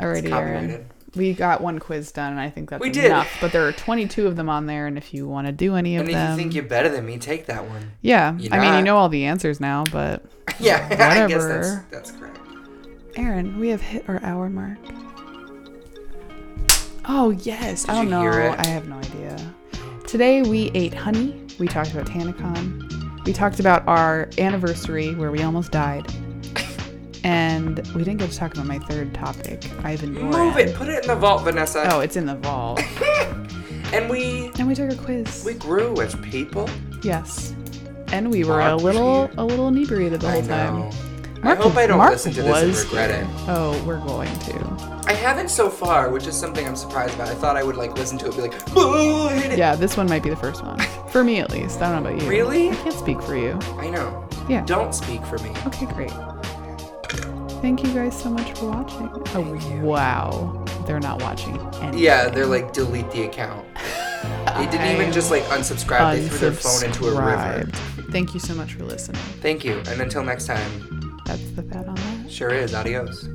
[SPEAKER 2] Alrighty, Aaron.
[SPEAKER 1] copyrighted.
[SPEAKER 2] We got one quiz done, and I think that's
[SPEAKER 1] We did.
[SPEAKER 2] enough. But there are 22 of them on there, and if you want to do any of
[SPEAKER 1] And if
[SPEAKER 2] them,
[SPEAKER 1] you think you're better than me, take that one.
[SPEAKER 2] yeah,
[SPEAKER 1] you're
[SPEAKER 2] I mean, you
[SPEAKER 1] not.
[SPEAKER 2] know all the answers now. But
[SPEAKER 1] Yeah, I guess that's
[SPEAKER 2] Whatever.
[SPEAKER 1] that's correct.
[SPEAKER 2] Aaron, we have hit our hour mark. Oh yes, I
[SPEAKER 1] Did
[SPEAKER 2] don't
[SPEAKER 1] you
[SPEAKER 2] know.
[SPEAKER 1] hear it?
[SPEAKER 2] I have no idea. Today we ate honey. We talked about Tanacon. We talked about our anniversary where we almost died. And we didn't get to talk about my third topic, Ivan
[SPEAKER 1] Move
[SPEAKER 2] Doran.
[SPEAKER 1] it. Put it in the vault, Vanessa.
[SPEAKER 2] Oh, it's in the vault. Oh.
[SPEAKER 1] And we
[SPEAKER 2] And we took a quiz.
[SPEAKER 1] we grew as people.
[SPEAKER 2] yes. And we were
[SPEAKER 1] Mark
[SPEAKER 2] a
[SPEAKER 1] was
[SPEAKER 2] little
[SPEAKER 1] here.
[SPEAKER 2] a little inebriated the
[SPEAKER 1] I
[SPEAKER 2] whole
[SPEAKER 1] know.
[SPEAKER 2] time.
[SPEAKER 1] I hope I don't
[SPEAKER 2] Mark
[SPEAKER 1] listen to this and
[SPEAKER 2] was
[SPEAKER 1] regret
[SPEAKER 2] here.
[SPEAKER 1] it.
[SPEAKER 2] Oh, we're going to.
[SPEAKER 1] I haven't so far, which is something I'm surprised about. I thought I would like listen to it, and be like, "Boo!" I hate it."
[SPEAKER 2] Yeah, this one might be the first one. For me at least. I don't know about you.
[SPEAKER 1] Really?
[SPEAKER 2] I can't speak for you.
[SPEAKER 1] I know.
[SPEAKER 2] Yeah.
[SPEAKER 1] Don't speak for me.
[SPEAKER 2] Okay, great. Thank you guys so much for watching. Oh wow. They're not watching anything.
[SPEAKER 1] Yeah, they're like delete the account. They didn't even
[SPEAKER 2] I'm
[SPEAKER 1] just like unsubscribe. They threw their phone into a river.
[SPEAKER 2] Unsubscribed. Thank you so much for listening.
[SPEAKER 1] Thank you, and until next time,
[SPEAKER 2] That's the fat on that.
[SPEAKER 1] sure is. Adios.